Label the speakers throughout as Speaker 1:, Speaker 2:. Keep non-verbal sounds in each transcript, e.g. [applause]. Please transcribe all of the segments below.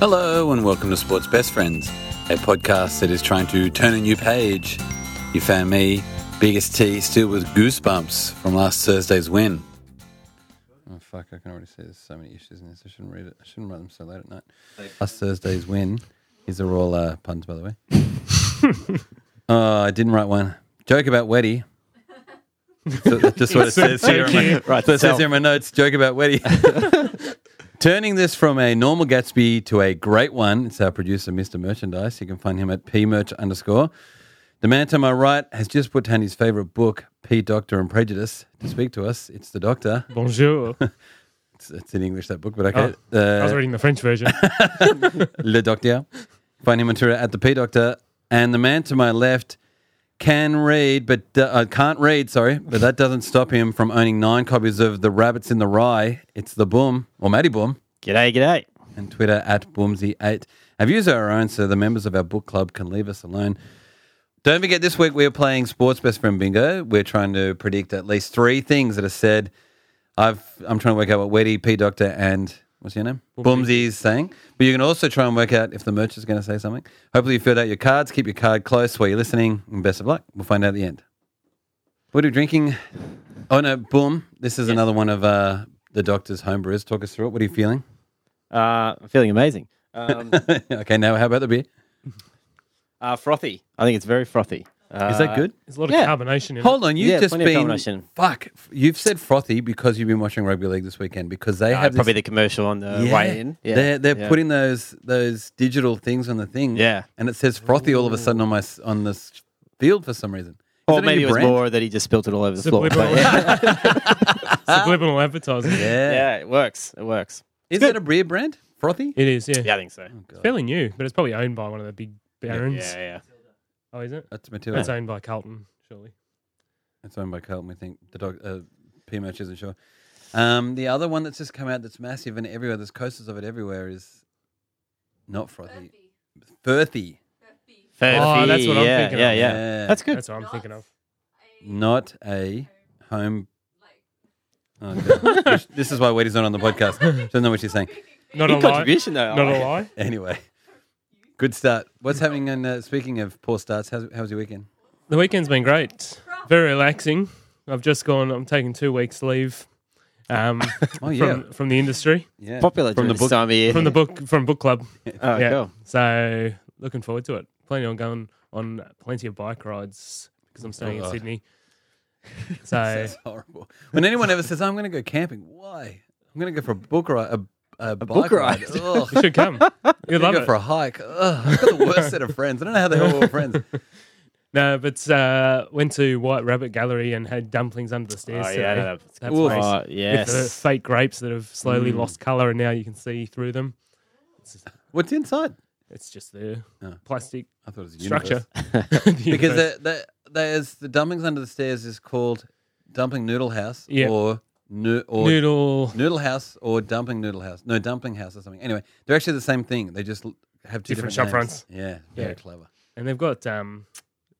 Speaker 1: Hello, and welcome to Sports Best Friends, a podcast that is trying to turn a new page. You found me, Biggest T, still with goosebumps from last Thursday's win. Oh, fuck, I can already see there's so many issues in this. I shouldn't read it. I shouldn't write them so late at night. Last Thursday's win. These are all uh, puns, by the way. oh, I didn't write one. Joke about Weddy. So that's just what it says here. in my-
Speaker 2: Right,
Speaker 1: so it says
Speaker 2: sell.
Speaker 1: here in my notes, joke about Weddy. [laughs] Turning this from a normal Gatsby to a great one, it's our producer, Mr. Merchandise. You can find him at pmerch underscore. The man to my right has just put down his favorite book, P. Doctor and Prejudice, to speak to us. It's the Doctor.
Speaker 3: Bonjour.
Speaker 1: It's, it's in English, that book, but okay.
Speaker 3: Oh, I was
Speaker 1: uh,
Speaker 3: reading the French version.
Speaker 1: Le Docteur. Find him on Twitter at the P Doctor. And the man to my left can read, but uh, uh, can't read. Sorry, but that doesn't stop him from owning nine copies of The Rabbits in the Rye. It's the Boom or Matty Boom,
Speaker 2: G'day, g'day.
Speaker 1: and Twitter at Boomsy8. Our views are our own, so the members of our book club can leave us alone. Don't forget, this week we are playing Sports Best Friend Bingo. We're trying to predict at least three things that are said. I've, I'm trying to work out what Weddy, P Doctor, and what's your name? Boomsy is saying. But you can also try and work out if the merch is going to say something. Hopefully, you filled out your cards. Keep your card close while you're listening, and best of luck. We'll find out at the end. What are we drinking? Oh, no, boom. This is another one of uh, the Doctor's homebrews. Talk us through it. What are you feeling? [laughs]
Speaker 2: Uh, I'm feeling amazing.
Speaker 3: [laughs]
Speaker 2: Um,
Speaker 1: okay, now how about the beer?
Speaker 2: uh, frothy. I think it's very frothy. Uh,
Speaker 1: Is that good?
Speaker 3: There's a lot of
Speaker 2: Yeah.
Speaker 3: carbonation in
Speaker 1: Hold on, you've
Speaker 2: yeah,
Speaker 1: just
Speaker 2: plenty of
Speaker 1: been
Speaker 2: combination.
Speaker 1: fuck. You've said frothy because you've been watching rugby league this weekend because they
Speaker 2: Uh,
Speaker 1: have
Speaker 2: probably
Speaker 1: this,
Speaker 2: the commercial on the
Speaker 1: Yeah.
Speaker 2: way in. Yeah.
Speaker 1: They're they're
Speaker 2: yeah.
Speaker 1: putting those those digital things on the thing.
Speaker 2: Yeah.
Speaker 1: and it says frothy all of a sudden on my s- on this field for some reason. Is
Speaker 2: Or
Speaker 1: that a
Speaker 2: maybe
Speaker 1: new
Speaker 2: it was
Speaker 1: brand?
Speaker 2: more that he just spilt it all over the
Speaker 3: it.
Speaker 2: floor. [laughs]
Speaker 3: Subliminal,
Speaker 2: But yeah.
Speaker 3: subliminal advertising.
Speaker 1: Yeah.
Speaker 2: yeah, it works. It works.
Speaker 1: Is that a beer brand? Frothy?
Speaker 3: It is, yeah.
Speaker 2: Yeah, I
Speaker 3: [laughs]
Speaker 2: think so.
Speaker 3: It's fairly new, but it's probably owned by one of the big barons.
Speaker 2: Yeah, yeah.
Speaker 3: Oh, is it?
Speaker 1: That's Matilda.
Speaker 3: It's owned by Carlton, surely.
Speaker 1: That's owned by Carlton. We think the dog uh, P match isn't sure. Um, the other one that's just come out that's massive and everywhere. There's coasters of it everywhere. Is not frothy. Firthy.
Speaker 3: Oh, that's what I'm
Speaker 2: yeah,
Speaker 3: thinking of.
Speaker 2: Yeah, yeah,
Speaker 1: Yeah.
Speaker 2: That's good.
Speaker 3: That's what I'm thinking of.
Speaker 1: Not a home. Oh, God.
Speaker 2: [laughs]
Speaker 1: Which- this is why Wadey's not on the podcast. She doesn't know what she's saying.
Speaker 3: Not a
Speaker 2: Good
Speaker 3: lie.
Speaker 2: contribution, though. I
Speaker 3: Not a
Speaker 2: like it.
Speaker 3: lie.
Speaker 1: Anyway, good start. What's happening? And uh, speaking of poor starts, how's, how's your weekend?
Speaker 3: The weekend's been great. Very relaxing. I've just gone, I'm taking two weeks leave um,
Speaker 1: Oh yeah,
Speaker 3: from, from the industry,
Speaker 1: yeah. [laughs]
Speaker 2: Popular
Speaker 1: From
Speaker 2: from
Speaker 1: the
Speaker 2: the
Speaker 1: book-
Speaker 2: this time of year.
Speaker 3: from the book, from book club.
Speaker 2: [laughs] oh,
Speaker 3: yeah.
Speaker 2: cool.
Speaker 3: So looking forward to it. Planning on going on plenty of bike rides because I'm staying
Speaker 1: Oh.
Speaker 3: in
Speaker 1: [laughs]
Speaker 3: Sydney. So
Speaker 1: That's horrible. When anyone ever says, "I'm going to go camping," why? I'm going to go for a book ride. A, a,
Speaker 2: book
Speaker 1: bike ride.
Speaker 3: [laughs]
Speaker 2: ride.
Speaker 1: Ugh.
Speaker 3: you
Speaker 1: [laughs]
Speaker 3: should come. You'd
Speaker 1: I'm
Speaker 3: love
Speaker 1: gonna
Speaker 3: it.
Speaker 1: go for a hike. Ugh, I've got the worst set of friends. I don't know how the hell we're friends.
Speaker 3: No, but uh, went to White Rabbit Gallery and had dumplings under the
Speaker 2: Oh,
Speaker 3: stairs. today.
Speaker 2: yeah. no, that's-
Speaker 3: That's
Speaker 1: Oof. Mm.
Speaker 3: nice.
Speaker 2: Oh,
Speaker 3: With the
Speaker 2: yes.
Speaker 3: fake grapes that have slowly lost color and now you can see through them.
Speaker 1: What's inside?
Speaker 3: It's just the
Speaker 1: Oh.
Speaker 3: plastic
Speaker 1: I thought it was a
Speaker 3: structure.
Speaker 1: universe. [laughs]
Speaker 3: [laughs]
Speaker 1: because the, the, there's the dumplings under the stairs is called dumpling noodle house
Speaker 3: Yeah.
Speaker 1: or nu- or noodle.
Speaker 3: noodle.
Speaker 1: house or dumpling noodle house. No, dumpling house or something. Anyway, they're actually the same thing. They just l- have two different,
Speaker 3: Different
Speaker 1: names.
Speaker 3: shop
Speaker 1: Yeah, very
Speaker 3: Yeah.
Speaker 1: clever.
Speaker 3: And they've got um,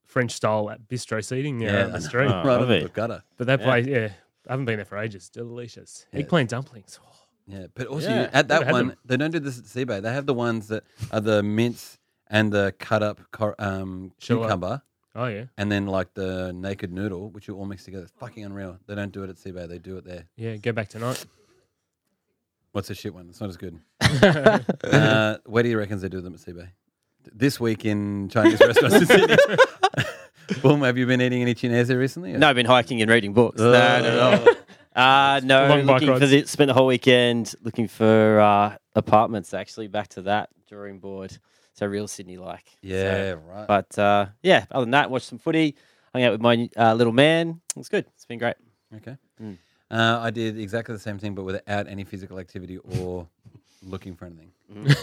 Speaker 3: French style at bistro seating there
Speaker 1: Yeah,
Speaker 3: on
Speaker 1: I [laughs]
Speaker 3: the street.
Speaker 2: know. Oh,
Speaker 1: right on
Speaker 2: lovely.
Speaker 1: the gutter.
Speaker 3: But that
Speaker 2: Yeah.
Speaker 3: place, yeah, I haven't been there for ages. Delicious. Oh.
Speaker 1: Yeah.
Speaker 3: Eggplant dumplings.
Speaker 1: Yeah, but also you-
Speaker 2: Yeah,
Speaker 1: at that
Speaker 3: had
Speaker 1: one,
Speaker 3: them.
Speaker 1: they don't do this at Seabay. They have the ones that are the mince and the cut up cor- um,
Speaker 3: Shallot.
Speaker 1: cucumber.
Speaker 3: Oh, yeah.
Speaker 1: And then like the naked noodle, which you all mix together. It's fucking unreal. They don't do it at Seabay. They do it there.
Speaker 3: Yeah, go back tonight.
Speaker 1: What's the shit one? It's not as
Speaker 3: [laughs]
Speaker 1: good. uh, where do you reckon they do them at Seabay? This week in Chinese restaurants in Sydney. [laughs] Boom, have you been eating any Chinese there recently?
Speaker 2: No, I've been hiking and reading books.
Speaker 1: Oh.
Speaker 2: No, no, no. [laughs] Uh, no,
Speaker 3: Long bike
Speaker 2: looking for
Speaker 3: rides.
Speaker 2: the, spent the whole weekend looking for uh, apartments. Actually, back to that drawing board. So real Sydney like.
Speaker 1: Yeah, right.
Speaker 2: but uh, yeah, other than that, watched some footy, hung out with my uh, little man. It's good. It's been great.
Speaker 1: Okay.
Speaker 2: Mm.
Speaker 1: Uh, I did exactly the same thing, but without any physical activity
Speaker 2: [laughs]
Speaker 1: or looking for anything.
Speaker 2: Mm.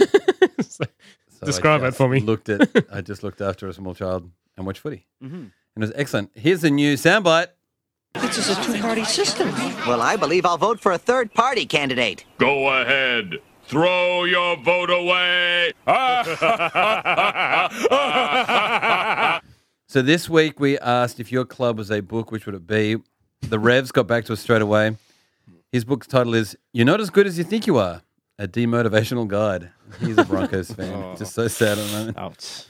Speaker 3: So-
Speaker 1: So I
Speaker 3: Describe it
Speaker 1: just
Speaker 3: for me.
Speaker 1: Looked at. I just looked after a small child and watched footy,
Speaker 2: Mhm.
Speaker 1: and it was excellent. Here's a new soundbite.
Speaker 4: This is a two-party system.
Speaker 5: Well, I believe I'll vote for a third party candidate.
Speaker 6: Go ahead. Throw your vote away.
Speaker 1: So this week we asked if your club was a book, which would it be? The Revs got back to us straight away. His book's title is "You're Not as Good as You Think You Are," a demotivational guide. He's a Broncos
Speaker 3: [laughs]
Speaker 1: fan.
Speaker 3: Oh.
Speaker 1: Just so sad at the moment.
Speaker 2: Ouch.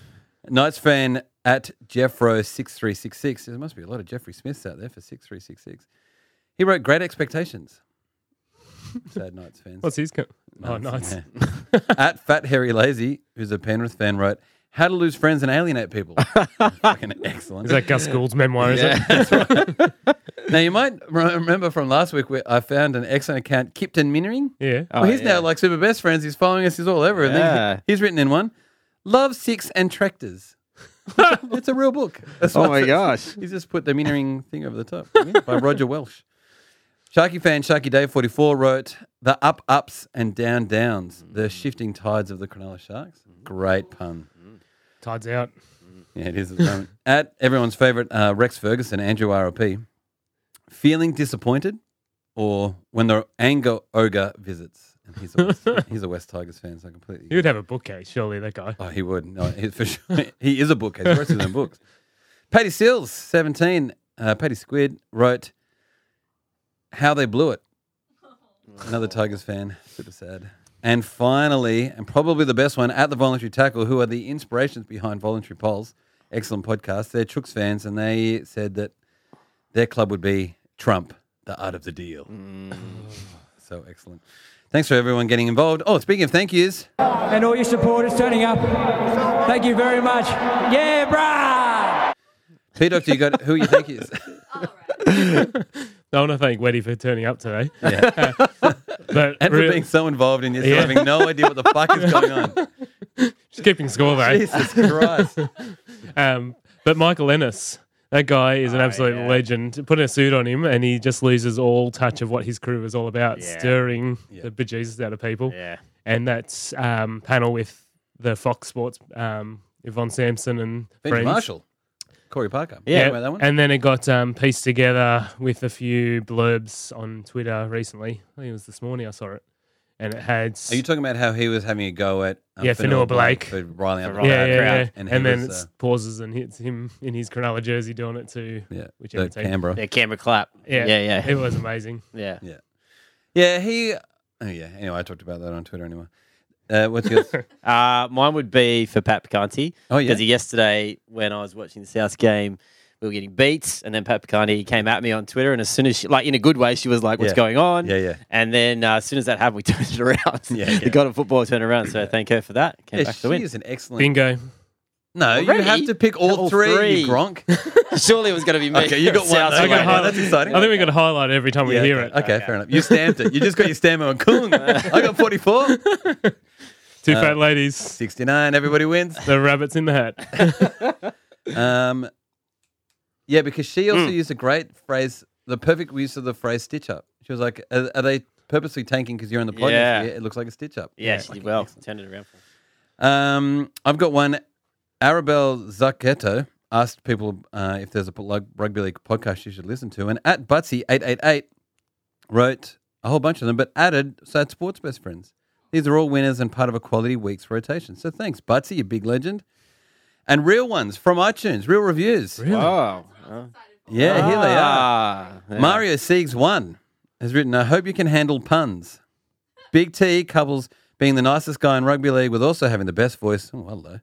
Speaker 1: Knights fan at Jeffro6366. There must be a lot of Jeffrey Smiths out there for 6366. He wrote Great
Speaker 3: [laughs]
Speaker 1: Expectations. Sad Knights fans.
Speaker 3: [laughs] What's his? Co- oh, nice.
Speaker 1: Yeah. at Fat Hairy Lazy, who's a Penrith fan, wrote How to Lose Friends and Alienate
Speaker 3: [laughs]
Speaker 1: People. Fucking excellent.
Speaker 3: Is that Gus Gould's memoir? Is it?
Speaker 1: now, you might re- remember from last week where I found an excellent account, Kipton Minnering.
Speaker 3: [laughs] Yeah.
Speaker 1: Well, he's
Speaker 2: yeah.
Speaker 1: now like super best friends. He's following us. He's all over. And then
Speaker 2: Yeah.
Speaker 1: he- he's written in one, "Love Six and
Speaker 2: [laughs]
Speaker 1: Tractors." it's a real book. That's
Speaker 2: Oh
Speaker 1: what
Speaker 2: my
Speaker 1: it-
Speaker 2: gosh.
Speaker 1: He's just put the Minnering thing over the top by Roger Welsh. Sharky fan Sharky Day forty four wrote the up ups and down downs, the
Speaker 2: Mm.
Speaker 1: shifting tides of the Cronulla Sharks. Great pun.
Speaker 3: Tides out.
Speaker 1: Yeah, it is at the moment. At everyone's favorite, uh, Rex Ferguson, Andrew RP. Feeling disappointed or when the anger ogre visits? And he's a West, he's a West Tigers fan, so I completely.
Speaker 3: He would have a bookcase, surely, that guy.
Speaker 1: Oh, he would. No, he, for sure. [laughs] He is a bookhead. He writes his own books. Patty Sills, 17, uh, Patty Squid, wrote How They Blew It. Another Tigers fan. Super sad. And finally, and probably the best one, at the Voluntary Tackle, who are the inspirations behind Voluntary Polls. Excellent podcast. They're Chooks fans, and they said that their club would be Trump, the art of the deal. so excellent. Thanks for everyone getting involved. Oh, speaking of thank yous.
Speaker 7: and all your supporters turning up. Thank you very much. Yeah, brah!
Speaker 1: P Doctor, you got who you think is?
Speaker 3: I want to thank Weddy for turning up [laughs] today. Yeah. but
Speaker 1: And
Speaker 3: re-
Speaker 1: for being so involved in this,
Speaker 3: Yeah.
Speaker 1: having no idea what the fuck is going on.
Speaker 3: just keeping [laughs] score, though.
Speaker 1: Jesus Christ.
Speaker 3: Um, but Michael Ennis, that guy is
Speaker 1: Oh,
Speaker 3: an absolute legend. Put a suit on him, and he just loses all touch of what his crew is all about, stirring the bejesus out of people.
Speaker 2: Yeah.
Speaker 3: And that's um, panel with the Fox Sports, um, Yvonne Sampson and
Speaker 1: Benji
Speaker 3: friends.
Speaker 1: Marshall. Corey Parker.
Speaker 3: Yeah,
Speaker 1: About that one?
Speaker 3: and then it got um, pieced together with a few blurbs on Twitter recently. I think it was this morning I saw it, and it had
Speaker 1: Are you talking about how he was having a go at um,
Speaker 3: Yeah, Fenua
Speaker 1: for riling up the
Speaker 2: For riling
Speaker 3: yeah,
Speaker 1: crowd?
Speaker 3: yeah, yeah.
Speaker 1: And
Speaker 3: and,
Speaker 1: he
Speaker 3: then
Speaker 1: was,
Speaker 3: it's
Speaker 1: uh,
Speaker 3: pauses and hits him in his Cronulla jersey doing it to
Speaker 1: Yeah,
Speaker 3: whichever
Speaker 1: the
Speaker 3: team.
Speaker 1: Canberra.
Speaker 2: Yeah, camera clap.
Speaker 3: Yeah,
Speaker 2: Yeah, yeah.
Speaker 3: It was amazing.
Speaker 2: [laughs] Yeah.
Speaker 1: Yeah, he. Oh yeah. Anyway, I talked about that on Twitter. Anyway, uh, what's yours?
Speaker 2: Uh, mine would be for Pat Picanti.
Speaker 1: Oh, yeah.
Speaker 2: Because yesterday, when I was watching the South game, we were getting beats, and then Pat Picanti came at me on Twitter, and as soon as she, like in a good way, she was like, "What's
Speaker 1: Yeah.
Speaker 2: going on?"
Speaker 1: Yeah, yeah.
Speaker 2: And then uh, as soon as that happened, we [laughs] turned it around.
Speaker 1: Yeah, yeah.
Speaker 2: the god of football turned around. So thank her for that. Came
Speaker 1: yeah,
Speaker 2: back
Speaker 1: she
Speaker 2: to win.
Speaker 1: is an excellent.
Speaker 3: Bingo.
Speaker 1: No, you
Speaker 2: Already?
Speaker 1: have to pick all,
Speaker 2: All
Speaker 1: three,
Speaker 2: three.
Speaker 1: You gronk.
Speaker 2: Surely it was going to be me.
Speaker 1: Okay, you got one.
Speaker 2: South
Speaker 1: Okay,
Speaker 2: Wales.
Speaker 1: got highlight. that's exciting.
Speaker 3: I think we got to highlight it every time we
Speaker 1: Yeah,
Speaker 3: hear
Speaker 1: okay.
Speaker 3: it.
Speaker 1: Okay, fair enough. You stamped it. You just got your stamp on Kung. I got forty four.
Speaker 3: Two fat ladies,
Speaker 1: Sixty nine. Everybody wins.
Speaker 3: the rabbits in the hat.
Speaker 1: Um, yeah, because she also used a great phrase, the perfect use of the phrase "stitch up." She was like, "Are, are they purposely tanking because you're in the pod?
Speaker 2: Yeah.
Speaker 1: next year? It looks like a stitch up."
Speaker 2: Yeah, she did well. Turned it around.
Speaker 1: Um, I've got one. Arabelle Zacchetto asked people uh, if there's a plug- rugby league podcast you should listen to, and at Butsy eight eight eight wrote a whole bunch of them, but added so at Sports Best Friends. These are all winners and part of a quality week's rotation. So thanks, Butsy, you big legend. And real ones from iTunes, real reviews.
Speaker 2: Wow.
Speaker 1: Yeah, here they are.
Speaker 2: Ah, yeah.
Speaker 1: Mario Siegs one has written, I hope you can handle puns. Big T couples being the nicest guy in rugby league with also having the best voice. Oh,
Speaker 2: [laughs]
Speaker 1: hello.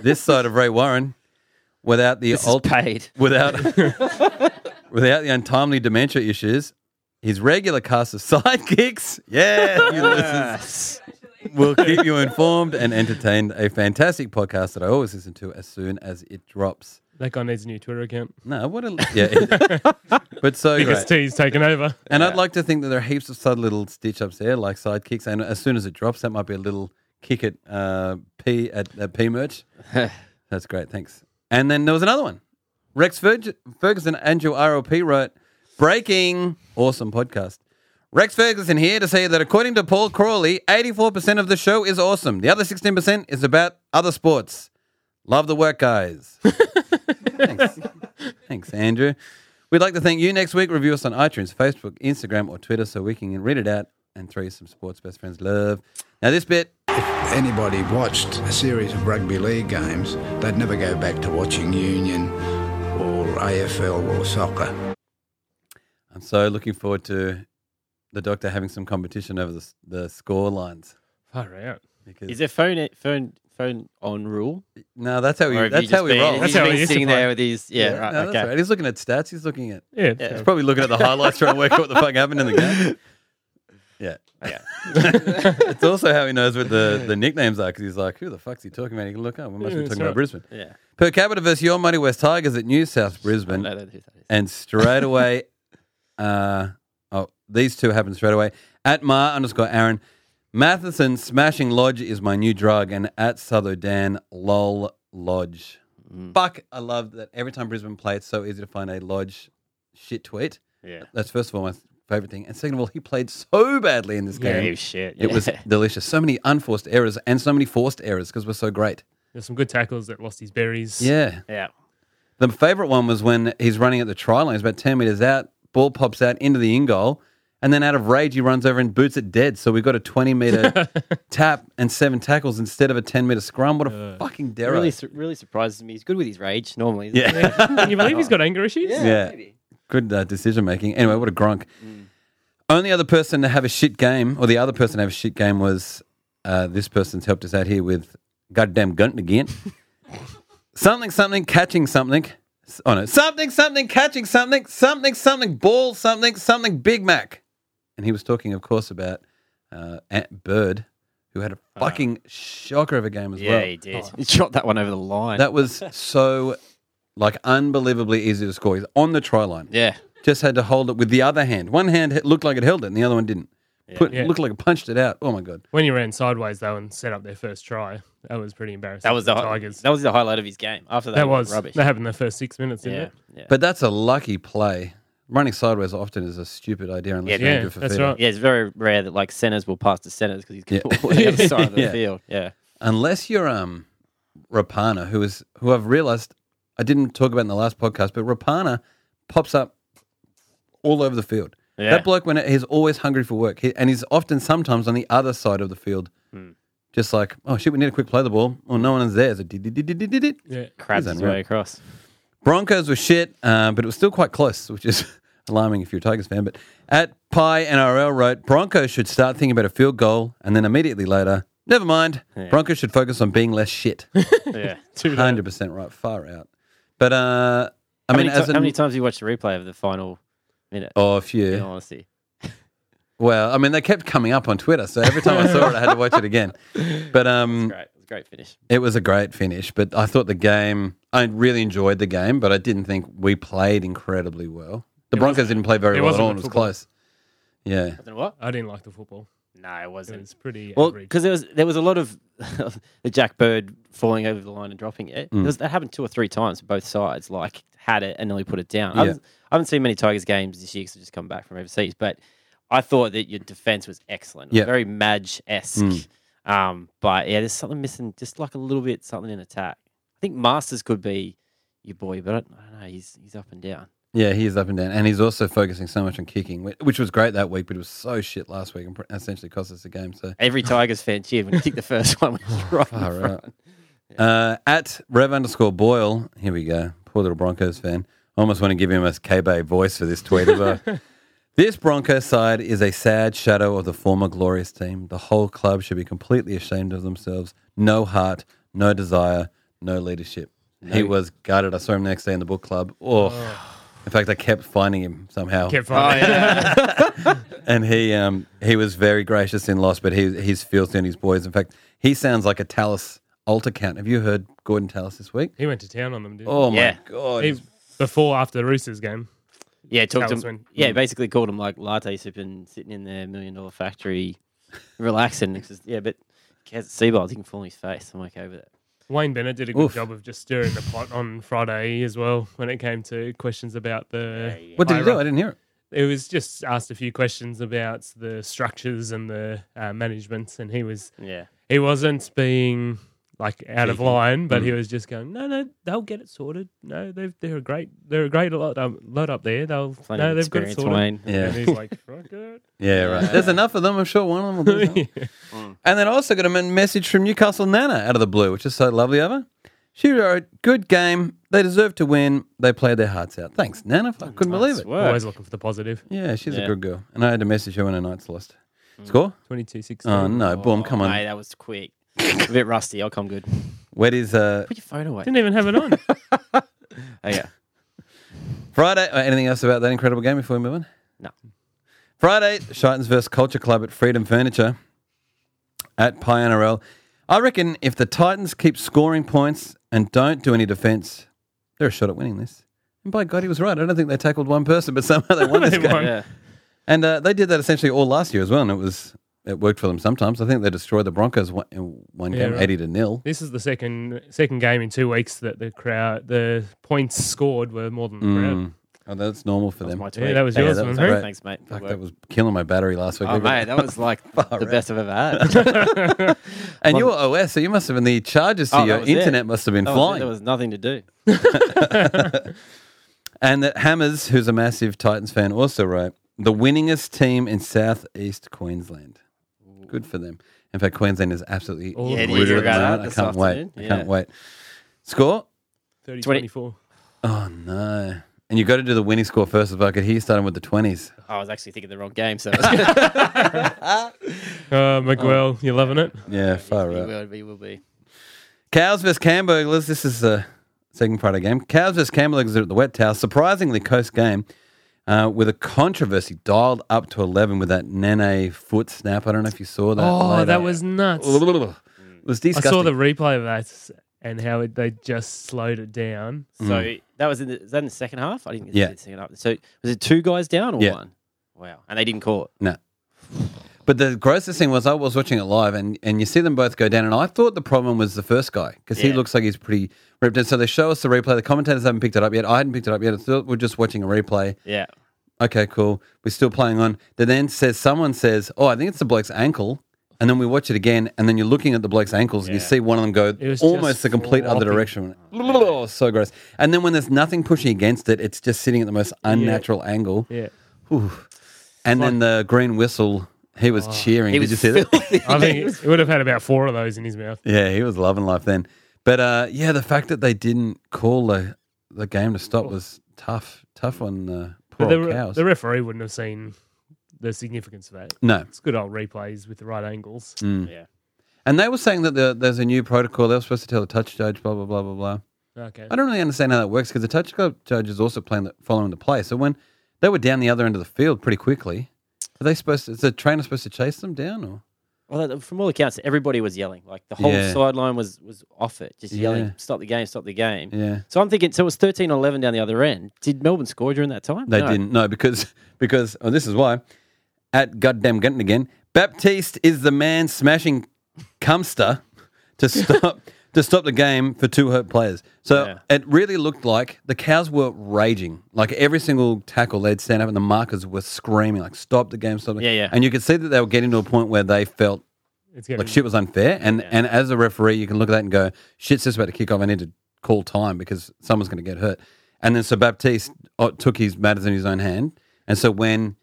Speaker 1: this side of Ray Warren without the
Speaker 2: This is
Speaker 1: alt-
Speaker 2: paid. [laughs]
Speaker 1: without without the untimely dementia issues. His regular cast of [laughs] sidekicks, yeah, Ulysses, will keep you informed and entertained. A fantastic podcast that I always listen to as soon as it drops.
Speaker 3: that guy needs a new Twitter account.
Speaker 1: No, what a [laughs] yeah, but so
Speaker 3: Because
Speaker 1: great.
Speaker 3: T's taken over.
Speaker 1: And I'd like to think that there are heaps of subtle little stitch ups there, like sidekicks. And as soon as it drops, that might be a little kick at uh, P at, at P merch. That's great. Thanks. And then there was another one. Rex Ferg- Ferguson, Andrew RLP wrote, Breaking Awesome Podcast. Rex Ferguson here to say that according to Paul Crawley, 84% of the show is awesome. The other 16% is about other sports. Love the work, guys. Thanks. Thanks, Andrew. We'd like to thank you next week. Review us on iTunes, Facebook, Instagram, or Twitter so we can read it out and throw you some sports best friends love. Now, this bit,
Speaker 8: anybody watched a series of rugby league games, they'd never go back to watching Union or AFL or soccer.
Speaker 1: I'm so looking forward to the doctor having some competition over the, s- the score lines.
Speaker 3: Far out.
Speaker 1: Because
Speaker 2: Is there phone phone phone on rule?
Speaker 1: no, that's how we
Speaker 2: Or have
Speaker 1: that's
Speaker 2: you just
Speaker 1: how we
Speaker 2: been,
Speaker 1: roll.
Speaker 2: That's
Speaker 3: That's how
Speaker 2: been
Speaker 3: we used to
Speaker 2: sitting
Speaker 3: play.
Speaker 2: there with these. Yeah,
Speaker 1: Yeah,
Speaker 2: right.
Speaker 1: no, that's
Speaker 2: okay.
Speaker 1: right. He's looking at stats. He's looking at
Speaker 3: Yeah.
Speaker 2: Yeah.
Speaker 1: he's probably looking at the highlights, trying to work out what the fuck happened in the game. Yeah, [laughs]
Speaker 2: Yeah.
Speaker 1: it's also how he knows what the, the nicknames are because he's like, who the fuck's he talking about? He can look up. We must
Speaker 3: Yeah,
Speaker 1: be
Speaker 3: that's
Speaker 1: talking about
Speaker 3: right.
Speaker 1: Brisbane.
Speaker 2: Yeah.
Speaker 1: Per capita versus your money, West Tigers at New South
Speaker 2: I
Speaker 1: Brisbane,
Speaker 2: don't know who that is.
Speaker 1: and straight away,
Speaker 3: [laughs]
Speaker 1: uh, oh, these two happen straight away. At Ma underscore Aaron, Matheson smashing lodge is my new drug, and at Souther Dan, lol lodge.
Speaker 3: Mm.
Speaker 1: Fuck, I love that every time Brisbane play, it's so easy to find a lodge shit tweet.
Speaker 2: Yeah.
Speaker 1: That's first of all my favorite thing, and second of all, he played so badly in this
Speaker 2: Yeah,
Speaker 1: game.
Speaker 2: he was shit.
Speaker 1: It was
Speaker 2: yeah.
Speaker 1: delicious. So many unforced errors and so many forced errors because we're so great.
Speaker 3: There's some good tackles that lost his berries.
Speaker 1: Yeah.
Speaker 2: [laughs] Yeah.
Speaker 1: The favorite one was when he's running at the try line. He's about 10 meters out. Ball pops out into the in goal. And then out of rage, he runs over and boots it dead. So we got a 20 meter tap and seven tackles instead of a 10 meter scrum. What a fucking
Speaker 2: It
Speaker 1: derro.
Speaker 2: really, su- really surprises me. He's good with his rage normally. isn't he?
Speaker 1: yeah.
Speaker 3: [laughs] Can you believe he's got anger issues?
Speaker 1: yeah. Good uh, decision making. Anyway, what a gronk.
Speaker 2: Mm.
Speaker 1: Only other person to have a shit game, or the other person to have a shit game, was uh, this person's helped us out here with goddamn Gunt
Speaker 2: [laughs]
Speaker 1: again. something, something, catching something. S- Oh no, something, something, catching something, something, something, ball, something, something, Big Mac. And he was talking, of course, about uh, Ant Bird, who had a fucking shocker of a game as
Speaker 2: Ah. Yeah,
Speaker 1: well.
Speaker 2: he did. [laughs] He shot that one over the line.
Speaker 1: That was so, like, unbelievably easy to score. He's on the try line
Speaker 2: yeah.
Speaker 1: just had to hold it with the other hand. One hand h- looked like it held it, and the other one didn't. Put,
Speaker 3: Yeah.
Speaker 1: Looked like it punched it out. Oh my god!
Speaker 3: When he ran sideways though and set up their first try, that was pretty embarrassing.
Speaker 2: That was
Speaker 3: for
Speaker 2: the
Speaker 3: the
Speaker 2: hi-
Speaker 3: Tigers.
Speaker 2: That was the highlight of his game. After that,
Speaker 3: that
Speaker 2: he
Speaker 3: was
Speaker 2: rubbish.
Speaker 3: that happened in the first six minutes, didn't
Speaker 2: yeah.
Speaker 3: it?
Speaker 2: Yeah.
Speaker 1: But that's a lucky play. Running sideways often is a stupid idea unless
Speaker 2: Yeah,
Speaker 1: you're
Speaker 3: yeah,
Speaker 1: good for
Speaker 3: that's
Speaker 1: feeder.
Speaker 3: right.
Speaker 2: yeah, it's very rare that like centers will pass to centers because he's
Speaker 1: Yeah.
Speaker 2: going [laughs] on the other side of
Speaker 1: [laughs]
Speaker 2: the
Speaker 1: Yeah.
Speaker 2: field. Yeah.
Speaker 1: Unless you're um Rapana, who is who I've realized I didn't talk about in the last podcast, but Rapana pops up all over the field.
Speaker 2: Yeah.
Speaker 1: That bloke when it, he's always hungry for work, he, and he's often sometimes on the other side of the field,
Speaker 3: Hmm.
Speaker 1: just like oh shit, we need a quick play the ball. Oh, no one is there. It's a did
Speaker 3: Yeah.
Speaker 2: Crabs his
Speaker 1: unreal.
Speaker 3: [laughs]
Speaker 2: way across.
Speaker 1: Broncos were shit, uh, but it was still quite close, which is [laughs] alarming if you're a Tigers fan. But at Pi NRL wrote, Broncos should start thinking about a field goal, and then immediately later, never mind. Broncos should focus on being less
Speaker 2: [laughs]
Speaker 1: shit.
Speaker 2: Yeah.
Speaker 3: Two down.
Speaker 1: Hundred percent right, far out. But uh, I
Speaker 2: How,
Speaker 1: mean,
Speaker 2: many, ti-
Speaker 1: as
Speaker 2: how
Speaker 1: an,
Speaker 2: many times have you watched the replay of the final minute?
Speaker 1: oh, a few.
Speaker 2: In all honesty.
Speaker 1: Well, I mean, they kept coming up on Twitter, so every time I saw it, I had to watch it again.
Speaker 2: [laughs]
Speaker 1: But um,
Speaker 2: Great. It was a great finish.
Speaker 1: It was a great finish, but I thought the game, I really enjoyed the game, but I didn't think we played incredibly well. The Broncos didn't play very
Speaker 3: it
Speaker 1: well at
Speaker 3: wasn't
Speaker 1: all. It
Speaker 3: good
Speaker 1: was
Speaker 3: football.
Speaker 1: close. Yeah.
Speaker 2: Wasn't it what?
Speaker 3: I didn't like the football.
Speaker 2: No, it
Speaker 3: It
Speaker 2: wasn't.
Speaker 3: was pretty
Speaker 2: Well,
Speaker 3: average.
Speaker 2: because there was there was a lot of [laughs] the Jack Bird falling over the line and dropping it.
Speaker 1: Mm.
Speaker 2: There was- that happened two or three times. Both sides like had it and nearly put it down. I,
Speaker 1: Yeah.
Speaker 2: haven't, I haven't seen many Tigers games this year because I just come back from overseas. But I thought that your defense was excellent. It was
Speaker 1: Yeah. Mm.
Speaker 2: very Madge esque. Um, but yeah, there's something missing. Just like a little bit something in attack. I think Masters could be your boy, but I, I don't know. He's he's up and down.
Speaker 1: Yeah, he is up and down. And he's also focusing so much on kicking, whi- which was great that week, but it was so shit last week and pr- essentially cost us the game. So
Speaker 2: Every Tigers fan cheered when he kicked the first [laughs] one. Which was
Speaker 1: [laughs]
Speaker 2: right in
Speaker 1: Far
Speaker 2: front.
Speaker 1: out. Uh, at Rev underscore Boyle, here we go. Poor little Broncos fan. I almost want to give him a K Bay voice for this tweet. as well. this Broncos side is a sad shadow of the former glorious team. The whole club should be completely ashamed of themselves. No heart, no desire, no leadership. He was gutted. I saw him the next day in the book club. Oh, in fact, I kept finding him somehow
Speaker 3: Kept finding
Speaker 1: and he um he was very gracious in loss, but he he's filthy and his boys. In fact, he sounds like a Tallis alter count. Have you heard Gordon Tallis this week?
Speaker 3: [laughs] He went to town on them, didn't
Speaker 1: Oh my
Speaker 2: Yeah.
Speaker 1: god!
Speaker 3: he? He- before after the Roosters game.
Speaker 2: Yeah, talked to
Speaker 3: That was
Speaker 2: him.
Speaker 3: when-
Speaker 2: Yeah, basically called him like latte sipping, sitting in their million
Speaker 3: [laughs]
Speaker 2: dollar factory, relaxing. It's just, yeah, but Kaz Seabold, he can fall on his face. I'm okay with it.
Speaker 3: Wayne Bennett did a good
Speaker 1: Oof.
Speaker 3: job of just stirring the pot on Friday as well when it came to questions about the.
Speaker 1: what did he do?
Speaker 3: higher
Speaker 1: I
Speaker 3: up.
Speaker 1: didn't hear it.
Speaker 3: It was just asked a few questions about the structures and the uh, management, and he was
Speaker 2: Yeah.
Speaker 3: he wasn't being like out of line, but he
Speaker 2: Mm.
Speaker 3: was just going, no, no, they'll get it sorted. No, they've, they're a great, they're a great lot, um, lot up there. They'll,
Speaker 2: Plenty
Speaker 3: no,
Speaker 2: of
Speaker 3: they've got it
Speaker 2: experience,
Speaker 3: sorted.
Speaker 2: Wayne.
Speaker 1: Yeah.
Speaker 3: And he's
Speaker 2: [laughs]
Speaker 3: like, "Fuck it."
Speaker 1: Yeah, right. There's enough of them. I'm sure one of them will do. it. And then I also got a men- message from Newcastle Nana out of the blue, which is so lovely. Ever She wrote, "Good game. They deserve to win. They played their hearts out. Thanks, Nana. I couldn't believe it.
Speaker 2: Work.
Speaker 3: Always looking for the positive.
Speaker 1: Yeah, she's a
Speaker 2: Yeah. Hmm.
Speaker 1: good girl. And I had to message her when her night's lost. Score?
Speaker 3: 22 16.
Speaker 1: Oh no, boom! Come on.
Speaker 2: Mate, that was quick. a bit rusty. I'll come good.
Speaker 1: Wet is uh,
Speaker 2: Put your phone away.
Speaker 3: Didn't even have it on.
Speaker 2: Oh, yeah.
Speaker 1: Friday. uh, Anything else about that incredible game before we move on?
Speaker 3: [laughs]
Speaker 2: No.
Speaker 1: Friday, Shitans versus Culture Club at Freedom Furniture at Pi NRL. I reckon if the Titans keep scoring points and don't do any defence, they're a shot at winning this. And by God, he was right. I don't think they tackled one person, but somehow
Speaker 2: [laughs]
Speaker 1: they won this
Speaker 3: They
Speaker 1: game.
Speaker 3: won.
Speaker 2: Yeah.
Speaker 1: And uh, they did that essentially all last year as well, and it was it worked for them sometimes. I think they destroyed the Broncos one, in one
Speaker 3: Yeah,
Speaker 1: game,
Speaker 3: right.
Speaker 1: eighty to nil.
Speaker 3: this is the second second game in two weeks that the crowd, the points scored were more than the crowd.
Speaker 1: Mm. Oh, that's normal for
Speaker 2: That was
Speaker 1: them.
Speaker 2: my tweet.
Speaker 3: Yeah, that was
Speaker 1: Yeah,
Speaker 3: yours,
Speaker 1: that
Speaker 3: wasn't
Speaker 1: was
Speaker 3: it?
Speaker 1: great.
Speaker 2: Thanks, mate.
Speaker 1: Fuck,
Speaker 2: Good
Speaker 1: that
Speaker 2: work.
Speaker 1: was killing my battery last week.
Speaker 2: Oh,
Speaker 1: I got-
Speaker 2: mate, that
Speaker 1: [laughs]
Speaker 2: was like the
Speaker 1: out.
Speaker 2: best I've ever had.
Speaker 1: and your OS, so you must have been the charges to
Speaker 2: Oh, that
Speaker 1: your
Speaker 2: was it.
Speaker 1: internet must have been
Speaker 2: That was it.
Speaker 1: flying.
Speaker 2: There was nothing
Speaker 1: [laughs]
Speaker 2: to do.
Speaker 1: And that Hammers, who's a massive Titans fan, also wrote the winningest team in southeast Queensland. Good for them. In fact, Queensland is absolutely
Speaker 3: Oh, Yeah,
Speaker 1: rooted
Speaker 3: did you hear
Speaker 1: at the
Speaker 3: about
Speaker 1: moment.
Speaker 2: that
Speaker 1: I
Speaker 2: this
Speaker 1: can't wait.
Speaker 2: afternoon?
Speaker 1: I
Speaker 2: Yeah.
Speaker 1: can't wait. Score?
Speaker 3: 30
Speaker 2: Twenty-
Speaker 3: 24.
Speaker 1: Oh no! And you got to do the winning score first. If I could hear you starting with the twenties.
Speaker 2: Oh, I was actually thinking the wrong game,
Speaker 1: [laughs]
Speaker 2: so [laughs] it's good.
Speaker 3: Uh, Miguel, you loving it?
Speaker 1: Yeah, far
Speaker 2: you
Speaker 1: out.
Speaker 2: will be. Will be.
Speaker 1: Cows versus Camberglers. This is the second Friday game. Cows versus Camberglers are at the Wet Tower. Surprisingly close game uh, with a controversy dialed up to 11 with that Nene foot snap. I don't know if you saw that.
Speaker 3: Oh,
Speaker 1: later.
Speaker 3: that was nuts.
Speaker 1: It was
Speaker 3: I
Speaker 1: disgusting.
Speaker 3: saw the replay of that and how it, they just slowed it down.
Speaker 2: So that was in the, is that in the second half. I didn't get
Speaker 1: Mm. Yeah.
Speaker 2: to see the second half. So was it two guys down or
Speaker 1: Yeah.
Speaker 2: one? Wow, and they didn't call it.
Speaker 1: No. But the grossest thing was I was watching it live and, and you see them both go down and I thought the problem was the first guy because he
Speaker 2: Yeah.
Speaker 1: looks like he's pretty ripped. And so they show us the replay. The commentators haven't picked it up yet. I hadn't picked it up yet. It's still- We're just watching a replay.
Speaker 2: Yeah,
Speaker 1: Okay, cool. We're still playing on. That then says someone says, "Oh, I think it's the bloke's ankle." And then we watch it again, and then you're looking at the bloke's ankles, and you
Speaker 2: Yeah.
Speaker 1: see one of them
Speaker 3: It
Speaker 1: go
Speaker 3: was
Speaker 1: almost
Speaker 3: just
Speaker 1: the complete other
Speaker 3: flopping.
Speaker 1: direction. [laughs] Oh, so gross. And then when there's nothing pushing against it, it's just sitting at the most unnatural angle.
Speaker 3: Yeah. Oh.
Speaker 1: Whew. And then the green whistle, he was cheering.
Speaker 2: he
Speaker 1: Did
Speaker 2: was
Speaker 1: you see that?
Speaker 2: filthy.
Speaker 3: I think it would have had about four of those in his mouth.
Speaker 1: [laughs] Yeah, he was loving life then. But uh, yeah, the fact that they didn't call the, the game to stop was tough, tough on uh,
Speaker 3: Oh.
Speaker 1: poor
Speaker 3: But the,
Speaker 1: old
Speaker 3: re-
Speaker 1: cows.
Speaker 3: the referee wouldn't have seen the significance of that.
Speaker 1: no,
Speaker 3: It's good old replays with the right angles.
Speaker 2: [laughs] yeah.
Speaker 1: And they were saying that the, there's a new protocol. They were supposed to tell the touch judge, blah blah blah blah blah.
Speaker 3: Okay.
Speaker 1: I don't really understand how that works because the touch club judge is also playing the, following the play. So when they were down the other end of the field pretty quickly, are they supposed? To, is the trainer supposed to chase them down or?
Speaker 2: Well, that- from all accounts, everybody was yelling. Like the whole
Speaker 1: Yeah.
Speaker 2: sideline was was off it, just yelling,
Speaker 1: Yeah.
Speaker 2: "Stop the game! Stop the game!"
Speaker 1: Yeah,
Speaker 2: So I'm thinking, so it was 13-11 down the other end. Did Melbourne score during that time?
Speaker 1: they
Speaker 2: No.
Speaker 1: didn't. No, because [laughs] because oh, this is why. At goddamn Gunton again, Baptiste is the man smashing Cumster
Speaker 2: [laughs]
Speaker 1: to stop to stop the game for two hurt players. So
Speaker 2: Yeah.
Speaker 1: it really looked like the cows were raging. Like every single tackle, they'd stand up and the markers were screaming, like "Stop the game! Stop!" the-"
Speaker 2: Yeah, yeah.
Speaker 1: And you could see that they were getting to a point where they felt
Speaker 3: It's getting,
Speaker 1: like shit was unfair. And and as a referee, you can look at that and go, "Shit's just about to kick off. I need to call time because someone's going to get hurt." And then so Baptiste uh, took his matters in his own hand, and so when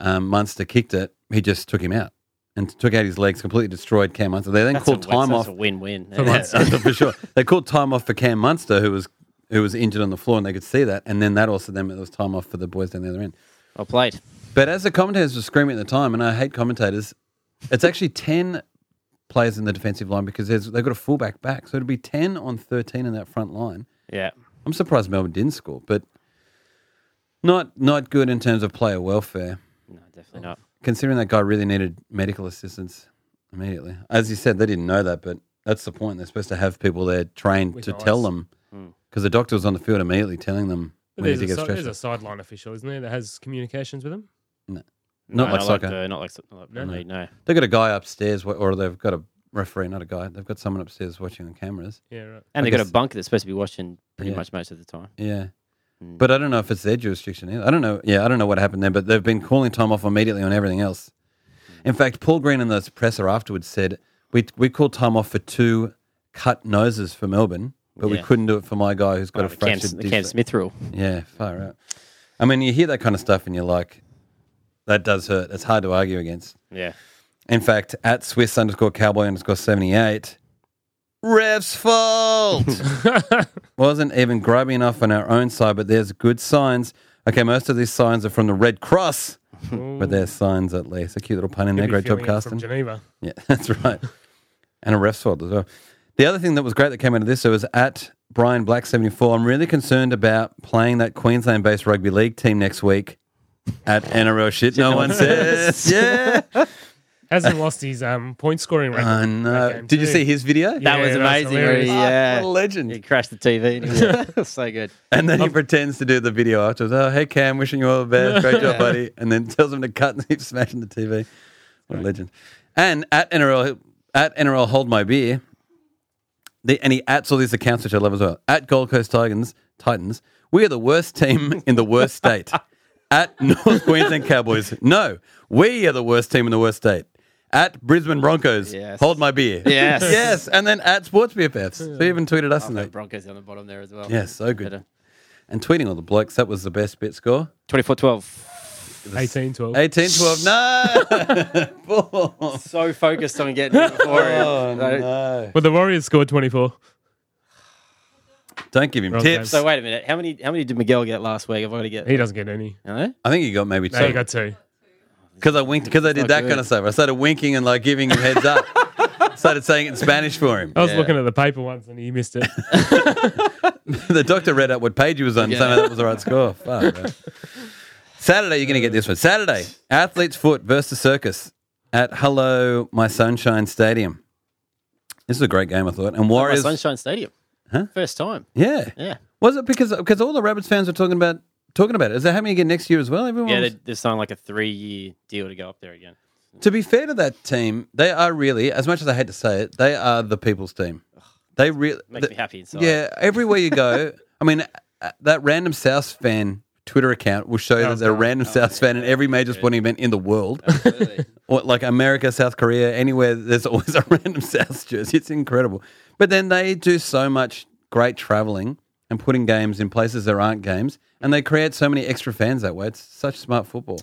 Speaker 1: um, Munster kicked it, he just took him out and took out his legs, completely destroyed Cam Munster. They then
Speaker 2: That's
Speaker 1: called
Speaker 2: a,
Speaker 1: time [laughs]
Speaker 2: that's
Speaker 1: off
Speaker 2: a win-win.
Speaker 1: Munster, for
Speaker 2: [laughs]
Speaker 1: sure. They called time off for Cam Munster, who was who was injured on the floor, and they could see that. And then that also then meant there was time off for the boys down the other end.
Speaker 2: I played.
Speaker 1: But as the commentators were screaming at the time, and I hate commentators, it's actually 10 players in the defensive line because there's, they've got a fullback back. So it'd be 10 on 13 in that front line.
Speaker 2: Yeah.
Speaker 1: I'm surprised Melbourne didn't score, but not, not good in terms of player welfare,
Speaker 2: No, definitely not.
Speaker 1: considering that guy really needed medical assistance immediately. As you said, they didn't know that, but that's the point. They're supposed to have people there trained
Speaker 3: With
Speaker 1: to
Speaker 3: eyes. Hmm.
Speaker 1: tell them because the doctor was on the field immediately telling them
Speaker 3: But
Speaker 1: we need
Speaker 3: there's,
Speaker 1: to
Speaker 3: a,
Speaker 1: get
Speaker 3: si- there's
Speaker 1: stretched.
Speaker 3: a sideline official, isn't there, that has communications with him?
Speaker 1: Not
Speaker 2: No,
Speaker 1: like soccer.
Speaker 2: uh, not like, so- not like
Speaker 3: No,
Speaker 2: no,
Speaker 3: no.
Speaker 2: no. no.
Speaker 1: They've got a guy upstairs, wa- or they've got a referee, not a guy. They've got someone upstairs watching on cameras.
Speaker 3: Yeah, right.
Speaker 1: I
Speaker 2: And they've got
Speaker 1: guess-
Speaker 2: a bunker that's supposed to be watching pretty
Speaker 1: Yeah.
Speaker 2: much most of the time.
Speaker 1: Yeah.
Speaker 2: Hmm.
Speaker 1: But I don't know if it's their jurisdiction either. I don't know. Yeah, I don't know what happened there, but they've been calling time off immediately on everything else.
Speaker 2: Hmm.
Speaker 1: In fact, Paul Green and the presser afterwards said, we, we called time off for two cut noses for Melbourne, but we
Speaker 2: Yeah.
Speaker 1: couldn't do it for my guy who's got
Speaker 2: Oh,
Speaker 1: a
Speaker 2: the Cam,
Speaker 1: fractured
Speaker 2: the hmm. Cam
Speaker 1: disc."
Speaker 2: Smith rule.
Speaker 1: Yeah, far out. I mean, you hear that kind of stuff and you're like, that does hurt. It's hard to argue against.
Speaker 2: Yeah.
Speaker 1: In fact, at Swiss underscore cowboy underscore 78 ref's
Speaker 3: [laughs]
Speaker 1: fault. Wasn't even grubby enough on our own side, but there's good signs. Okay, most of these signs are from the Red Cross, but they're signs at least. A cute little pun in there.
Speaker 3: Hmm. Be
Speaker 1: Great job,
Speaker 3: feeling it From
Speaker 1: Carsten.
Speaker 3: Geneva.
Speaker 1: Yeah, [laughs] that's right. and a ref's fault as well. The other thing that was great that came out of this, it was at Brian Black 74. I'm really concerned about playing that Queensland based rugby league team next week at NRL shit. no one
Speaker 3: [laughs]
Speaker 1: says. yeah.
Speaker 3: Hasn't lost his um, point scoring record.
Speaker 2: Uh,
Speaker 1: I know.
Speaker 3: game
Speaker 1: Uh, Did you
Speaker 3: too.
Speaker 1: see his video?
Speaker 2: That
Speaker 3: Yeah,
Speaker 2: was
Speaker 3: that's
Speaker 2: amazing. where
Speaker 3: hilarious.
Speaker 2: he,
Speaker 1: Ah,
Speaker 2: yeah.
Speaker 1: what a legend.
Speaker 2: He crashed the [laughs] TV. And he was so good.
Speaker 1: And then he pretends to do the video afterwards. Oh, hey, Cam, wishing you all the best. Great
Speaker 2: [laughs]
Speaker 1: job, buddy. And then tells him to cut and [laughs] keeps smashing the TV. What a legend. And at NRL, at NRL Hold My Beer, the, and he ats all these accounts, which I love as well. At Gold Coast Titans, Titans, we are the worst team [laughs] in the worst state. at North
Speaker 2: [laughs]
Speaker 1: Queensland Cowboys, no, we are the worst team in the worst state. At Brisbane Broncos,
Speaker 2: Yes.
Speaker 1: hold my beer. [laughs]
Speaker 2: Yes.
Speaker 1: yes. And then at Sports BFFs. So he even tweeted us in
Speaker 2: The
Speaker 1: that.
Speaker 2: Broncos on the bottom there as well.
Speaker 1: Yeah, so good.
Speaker 2: Better.
Speaker 1: And tweeting all the blokes, that was the best bit score.
Speaker 2: 24 12.
Speaker 3: 18 12.
Speaker 1: 18 12. No! Four.
Speaker 2: So focused on getting it [laughs] before.
Speaker 1: Oh,
Speaker 2: him. So-
Speaker 1: no.
Speaker 3: But the Warriors scored 24.
Speaker 1: Don't give him
Speaker 3: Wrong
Speaker 1: tips.
Speaker 2: So wait a minute. How many how many did Miguel get last week? I've got to get.
Speaker 3: He doesn't get any.
Speaker 2: No?
Speaker 1: I think you got maybe
Speaker 3: No, you
Speaker 1: two.
Speaker 3: got two.
Speaker 1: Because I winked, because I did
Speaker 2: not
Speaker 1: that
Speaker 2: good.
Speaker 1: kind of stuff. I started winking and like giving him heads up. started saying it in Spanish for him.
Speaker 3: I was looking at the paper once and he missed
Speaker 2: [laughs]
Speaker 3: it.
Speaker 1: the doctor read out what page he was on, so that was the right score. Fuck, man. Saturday, you're going to get this one. Saturday, Athlete's Foot versus Circus at Hello My Sunshine Stadium. This is a great game, I thought. And
Speaker 2: My
Speaker 1: Warriors.
Speaker 2: Sunshine Stadium.
Speaker 1: Huh?
Speaker 2: First time.
Speaker 1: Yeah.
Speaker 2: Yeah.
Speaker 1: Was it because because all the Rabbits fans were talking about talking about it? Is that happening again next year as well? Everyone.
Speaker 2: Yeah,
Speaker 1: was-
Speaker 2: they, they signed like a three year deal to go up there again.
Speaker 1: to be fair to that team, they are really as much as I hate to say it, they are the people's team. They really
Speaker 2: Makes me happy inside.
Speaker 1: Yeah, everywhere you go, I mean, uh, that random South fan Twitter account will show you that they're a random South fan in every major sporting event in the world, [laughs] or like America, South Korea, anywhere. There's always [laughs] a random South jersey. It's incredible. But then they do so much great traveling and putting games in places there aren't games, and they create so many extra fans that way. It's such smart football.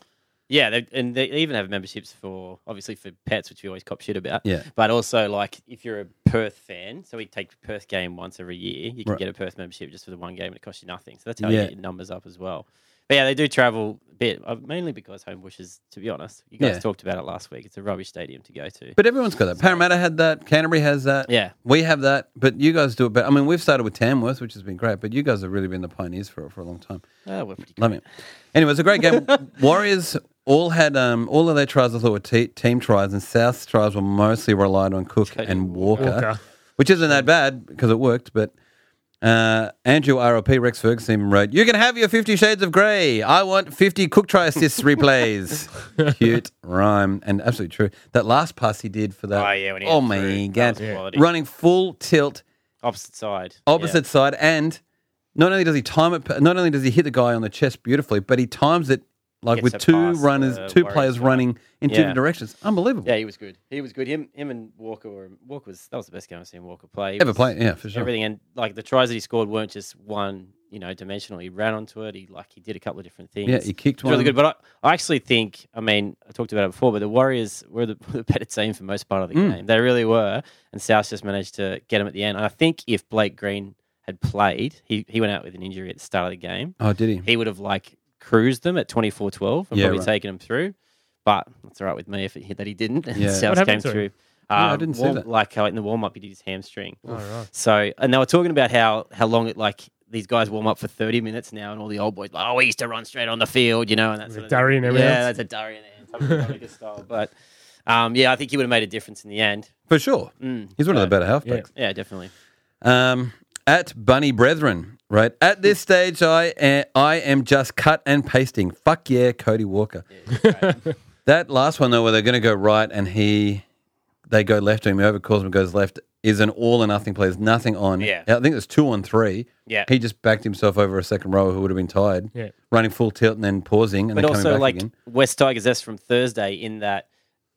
Speaker 2: Yeah, they, and they even have memberships for obviously for pets, which we always cop shit about.
Speaker 1: Yeah.
Speaker 2: but also like if you're a Perth fan, so we take the Perth game once every year. You can
Speaker 1: Right.
Speaker 2: get a Perth membership just for the one game, and it costs you nothing. So that's how
Speaker 1: Yeah.
Speaker 2: you get your numbers up as well. But yeah, they do travel a bit, uh, mainly because Homebush is, to be honest, you guys
Speaker 1: Yeah.
Speaker 2: talked about it last week. It's a rubbish stadium to go to.
Speaker 1: But everyone's got that. Parramatta had that. Canterbury has that.
Speaker 2: Yeah.
Speaker 1: We have that. But you guys do it better. I mean, we've started with Tamworth, which has been great, but you guys have really been the pioneers for it for a long time.
Speaker 2: Ah, we're pretty
Speaker 1: Love it. Anyway, it's a great game. Warriors all had um, all of their tries I thought were te- team tries, and South's tries were mostly relied on Cook and Walker,
Speaker 3: Walker.
Speaker 1: which isn't that bad because it worked. But uh, Andrew RLP Rex Ferguson even wrote, "You can have your Fifty Shades of Grey. I want fifty Cook try assists replays. Cute rhyme and absolutely true. That last pass he did for that.
Speaker 2: Oh, yeah, when he
Speaker 1: oh
Speaker 2: had
Speaker 1: my
Speaker 2: three.
Speaker 1: god,
Speaker 2: That was quality.
Speaker 1: running full tilt."
Speaker 2: opposite side.
Speaker 1: opposite side, and not only does he time it, not only does he hit the guy on the chest beautifully, but he times it like
Speaker 2: Gets
Speaker 1: with
Speaker 2: it
Speaker 1: two
Speaker 2: past
Speaker 1: runners,
Speaker 2: the
Speaker 1: two
Speaker 2: Warriors
Speaker 1: players
Speaker 2: guy.
Speaker 1: running in two
Speaker 2: Yeah.
Speaker 1: different directions. Unbelievable.
Speaker 2: Yeah. yeah, he was good. He was good. Him, him, and Walker were Walker was that was the best game I've seen Walker play. He
Speaker 1: Ever
Speaker 2: was-
Speaker 1: play? Yeah, for sure.
Speaker 2: everything and like the tries that he scored weren't just one you know dimensional he ran onto it he like he did a couple of different things
Speaker 1: Yeah, he kicked
Speaker 2: It was really
Speaker 1: one.
Speaker 2: good but I, I actually think i mean i talked about it before but the warriors were the, [laughs] the better team for most part of the
Speaker 1: Hmm.
Speaker 2: game they really were and south just managed to get him at the end and i think if blake green had played he, he went out with an injury at the start of the game
Speaker 1: Oh, did he?
Speaker 2: he would have like cruised them at 24-12 and
Speaker 1: Yeah,
Speaker 2: probably
Speaker 1: right.
Speaker 2: taken them through but that's all right with me if it hit that he didn't [laughs] and
Speaker 1: Yeah.
Speaker 2: South
Speaker 3: What
Speaker 2: came
Speaker 3: happened to
Speaker 2: through
Speaker 3: him?
Speaker 1: Yeah, I
Speaker 2: um,
Speaker 1: didn't see
Speaker 2: warm-
Speaker 1: that.
Speaker 2: like how in the warm up he did his hamstring.
Speaker 3: Oh,
Speaker 2: So and they were talking about how how long it like these guys warm up for thirty minutes now, and all the old boys like, oh, we used to run straight on the field, you know, and that's
Speaker 3: Like Darry and everything
Speaker 2: Yeah,
Speaker 3: else.
Speaker 2: that's a Darry and everything else, like a style. But um, yeah, I think he would have made a difference in the end.
Speaker 1: For sure. He's one of the better
Speaker 3: Yeah.
Speaker 1: halfbacks.
Speaker 2: Mm. Yeah, definitely.
Speaker 1: Um, at Bunny Brethren, right? At this stage, I am, I am just cut and pasting. Fuck yeah, Cody Walker. [laughs] that last one though, where they're going to go right and he, they go left and whoever calls him goes left is an all or nothing play. There's nothing on.
Speaker 2: Yeah.
Speaker 1: I think there's two on three.
Speaker 2: Yeah.
Speaker 1: He just backed himself over a second rower who would have been tired.
Speaker 3: Yeah.
Speaker 1: Running full tilt and then pausing and
Speaker 2: but
Speaker 1: then coming
Speaker 2: also
Speaker 1: back
Speaker 2: like
Speaker 1: again.
Speaker 2: West Tigers S from Thursday in that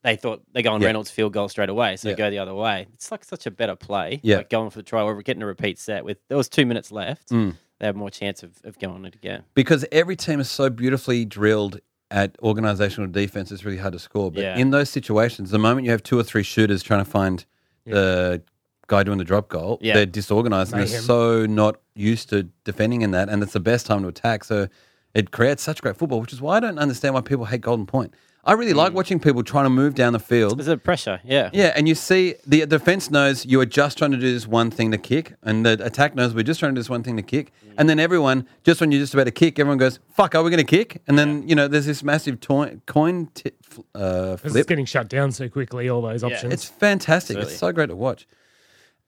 Speaker 2: they thought they go on
Speaker 1: Yeah.
Speaker 2: Reynolds field goal straight away, so
Speaker 1: Yeah.
Speaker 2: they go the other way. It's like such a better play.
Speaker 1: Yeah.
Speaker 2: Like going for the try or getting a repeat set with there was two minutes left.
Speaker 1: Mm.
Speaker 2: They have more chance of, of going it again.
Speaker 1: because every team is so beautifully drilled at organizational defense, it's really hard to score. But
Speaker 2: Yeah.
Speaker 1: in those situations, the moment you have two or three shooters trying to find the guy doing the drop goal.
Speaker 2: Yeah.
Speaker 1: They're disorganized and they're
Speaker 3: Mayhem.
Speaker 1: so not used to defending in that. And it's the best time to attack. So it creates such great football, which is why I don't understand why people hate Golden Point. I really like
Speaker 2: Mm.
Speaker 1: watching people trying to move down the field.
Speaker 2: There's a pressure. Yeah.
Speaker 1: Yeah, and you see the defense knows you are just trying to do this one thing to kick, and the attack knows we're just trying to do this one thing to kick, and then everyone just when you're just about to kick, everyone goes "fuck," are we going to kick? And then you know there's this massive toi- coin ti fl- uh,
Speaker 3: Because it's
Speaker 1: flip.
Speaker 3: getting shut down so quickly, all those options.
Speaker 1: It's fantastic. It's so great to watch.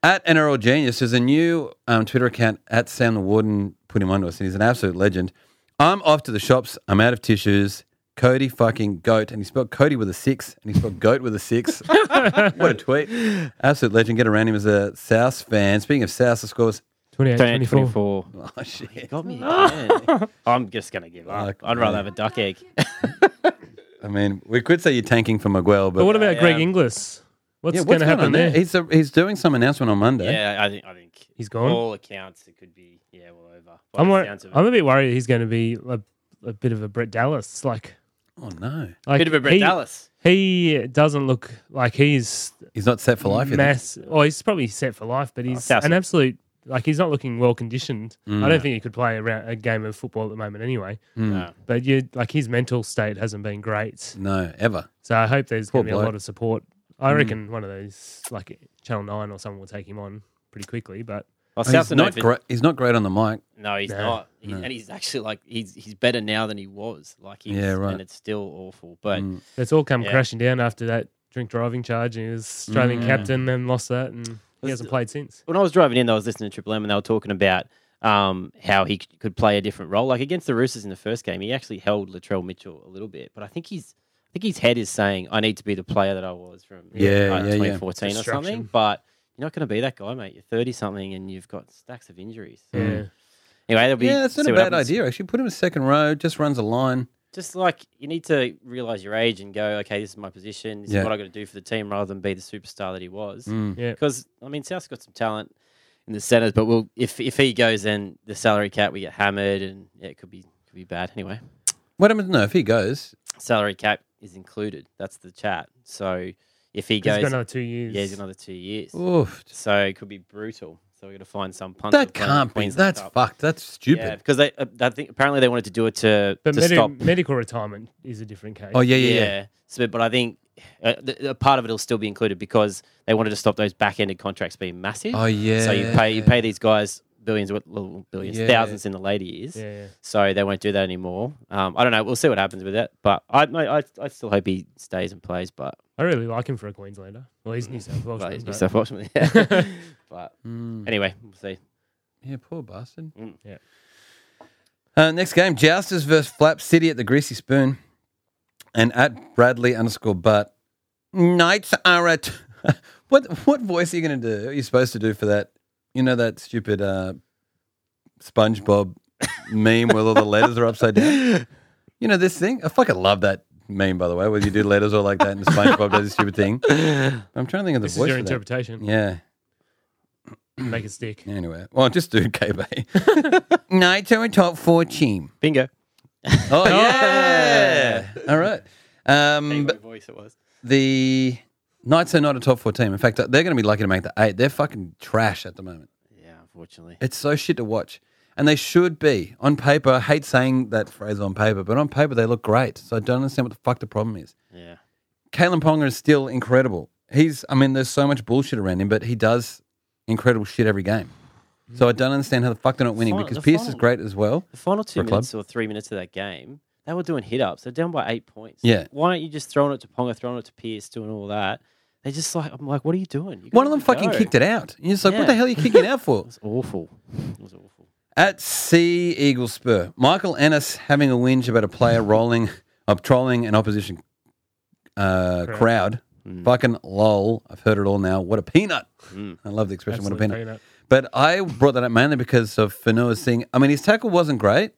Speaker 1: At NRL Genius, there's a new um, Twitter account at Sam the Warden put him onto us, and he's an absolute legend. I'm off to the shops. I'm out of tissues. Cody fucking goat, and he spelled Cody with a six, and he spelled goat with a
Speaker 3: [laughs]
Speaker 1: six. what a tweet! Absolute legend. Get around him as a South fan. Speaking of South, the scores.
Speaker 3: 28, 24.
Speaker 2: 24.
Speaker 1: [laughs] Oh shit!
Speaker 3: [laughs]
Speaker 2: Got me again. I'm just going to give up.
Speaker 1: Fuck
Speaker 2: I'd rather
Speaker 1: me.
Speaker 2: have a duck egg.
Speaker 1: I mean, we could say you're tanking for Miguel, but
Speaker 3: But what about
Speaker 2: Yeah,
Speaker 3: Greg
Speaker 2: um,
Speaker 3: Inglis? What's
Speaker 1: Yeah,
Speaker 3: going to
Speaker 1: going
Speaker 3: happen
Speaker 1: on
Speaker 3: there?
Speaker 1: He's a, he's doing some announcement on Monday.
Speaker 2: yeah, I think, I think
Speaker 3: He's gone?
Speaker 2: All accounts, it could be, yeah, well over. by
Speaker 3: I'm,
Speaker 2: the
Speaker 3: wor-
Speaker 2: sounds of it.
Speaker 3: I'm a bit worried he's going to be a, a bit of a Brett Dallas. Like,
Speaker 1: Oh no,
Speaker 3: like
Speaker 2: Bit of a Brett
Speaker 3: he,
Speaker 2: Dallas.
Speaker 3: He doesn't look like he's
Speaker 1: he's not set for life. you think?
Speaker 3: mass. Well, he's probably set for life, but he's
Speaker 2: Southside.
Speaker 3: an absolute. Like he's not looking well conditioned. I don't think he could play a, round, a game of football at the moment, anyway.
Speaker 2: No.
Speaker 3: But you like his mental state hasn't been great.
Speaker 1: No, ever.
Speaker 3: So I hope there's
Speaker 1: Poor
Speaker 3: going to be a
Speaker 1: bloke.
Speaker 3: lot of support. I reckon one of those, like Channel Nine or someone, will take him on pretty quickly. But
Speaker 2: Well,
Speaker 1: And
Speaker 2: South
Speaker 1: he's not great. He's not great on the mic.
Speaker 2: No, he's
Speaker 3: No.
Speaker 2: not. He- And he's actually like he's he's better now than he was. Like he's,
Speaker 1: Yeah, right.
Speaker 2: And it's still awful. But
Speaker 1: Mm.
Speaker 3: it's all come
Speaker 2: Yeah.
Speaker 3: crashing down after that drink driving charge, and he was Australian captain, and lost that, and he hasn't played since.
Speaker 2: when I was driving in, I was listening to Triple M, and they were talking about um, how he c- could play a different role. Like against the Roosters in the first game, he actually held Latrell Mitchell a little bit, but I think he's I think his head is saying, "I need to be the player that I was from
Speaker 1: Yeah, yeah, yeah.
Speaker 2: 2014 or something."
Speaker 3: Destruction.
Speaker 2: But you're not going to be that guy, mate. You're 30 something, and you've got stacks of injuries. So
Speaker 3: Yeah.
Speaker 2: Anyway, that'll be
Speaker 1: Yeah, it's not
Speaker 2: see
Speaker 1: a
Speaker 2: what
Speaker 1: bad
Speaker 2: happens.
Speaker 1: idea actually. Put him in second row, just runs a line.
Speaker 2: just like you need to realize your age and go, okay, this is my position. This
Speaker 1: Yeah. Mm.
Speaker 2: is what I got to do for the team, rather than be the superstar that he was.
Speaker 3: Yeah.
Speaker 2: Because I mean, South's got some talent in the centers, but we'll, if if he goes, then the salary cap we get hammered, and yeah, it could be could be bad. Anyway,
Speaker 1: What happens? No, if he goes,
Speaker 2: salary cap is included. That's the chat. So if he
Speaker 3: He's
Speaker 2: goes,
Speaker 3: got another two years.
Speaker 2: yeah, he's got another two years.
Speaker 1: oof,
Speaker 2: So it could be brutal. So we got to find some punter.
Speaker 1: that
Speaker 2: playing
Speaker 1: can't be.
Speaker 2: Queensland
Speaker 1: That's
Speaker 2: Cup.
Speaker 1: fucked. That's
Speaker 2: Yeah,
Speaker 1: stupid.
Speaker 2: because they uh, I think apparently they wanted to do it to
Speaker 3: but
Speaker 2: to
Speaker 3: medi-
Speaker 2: stop
Speaker 3: medical retirement is a different case.
Speaker 1: Oh yeah, yeah,
Speaker 2: yeah.
Speaker 1: yeah.
Speaker 2: So, but I think uh, th- a part of it will still be included because they wanted to stop those back-ended contracts being massive.
Speaker 1: Oh, yeah.
Speaker 2: So you pay you pay these guys billions, what- well, billions,
Speaker 1: Yeah.
Speaker 2: thousands in the later years.
Speaker 3: Yeah, yeah.
Speaker 2: So they won't do that anymore. Um, I don't know. We'll see what happens with that. But I, no, I I still hope he stays and plays. But
Speaker 3: I really like him for a Queenslander. Well, he's New South Welshman.
Speaker 2: well, he's New
Speaker 3: but-
Speaker 2: South Welshman. Yeah.
Speaker 1: [laughs]
Speaker 2: [laughs] but
Speaker 1: Hmm.
Speaker 2: anyway, we'll see.
Speaker 1: Yeah, poor bastard.
Speaker 3: Yeah.
Speaker 1: Uh, next game: Jousters versus Flap City at the Greasy Spoon, and at Bradley underscore Butt. Knights are at. [laughs] what what voice are you going to do? What are you supposed to do for that? You know that stupid uh, SpongeBob meme where all the letters are upside down. You know this thing. I fucking love that meme, by the way, where you do letters all like that, and SpongeBob does a stupid thing. I'm trying to think of the
Speaker 3: This is
Speaker 1: voice.
Speaker 3: your
Speaker 1: for that.
Speaker 3: interpretation.
Speaker 1: Yeah.
Speaker 3: Make it stick.
Speaker 1: Anyway, well, just do [laughs] KB. Knights are a top four team.
Speaker 2: Bingo.
Speaker 1: Oh yeah! All right. Um, but
Speaker 2: voice it was.
Speaker 1: the Knights are not a top four team. In fact, they're going to be lucky to make the eight. They're fucking trash at the moment.
Speaker 2: Yeah, unfortunately.
Speaker 1: It's so shit to watch, and they should be on paper. I hate saying that phrase on paper, but on paper they look great. So I don't understand what the fuck the problem is.
Speaker 2: Yeah.
Speaker 1: Kalen Ponga is still incredible. He's, I mean, there's so much bullshit around him, but he does incredible shit every game. So I don't understand how the fuck they're not winning
Speaker 2: Fin-
Speaker 1: because
Speaker 2: the
Speaker 1: Pierce is
Speaker 2: final-
Speaker 1: great as well.
Speaker 2: The final
Speaker 1: for
Speaker 2: two
Speaker 1: a club.
Speaker 2: minutes or three minutes of that game, they were doing hit ups. They're down by eight points.
Speaker 1: Yeah.
Speaker 2: Why aren't you just throwing it to Ponga, throwing it to Pierce, doing all that? They just like, I'm like, what are you doing? You
Speaker 1: One of
Speaker 2: gotta
Speaker 1: them fucking
Speaker 2: go.
Speaker 1: kicked it out. And you're just like, what the
Speaker 2: Yeah.
Speaker 1: hell are you kicking out for?
Speaker 2: [laughs] It was awful. It was awful.
Speaker 1: At Sea Eagle Spur, Michael Ennis having a whinge about a player rolling, up trolling an opposition uh, crowd. Fucking lol. I've heard it all now. What a peanut. I love the expression, what a
Speaker 3: Absolute
Speaker 1: peanut.
Speaker 3: peanut.
Speaker 1: But I brought that up mainly because of Fanua's thing. I mean, his tackle wasn't great.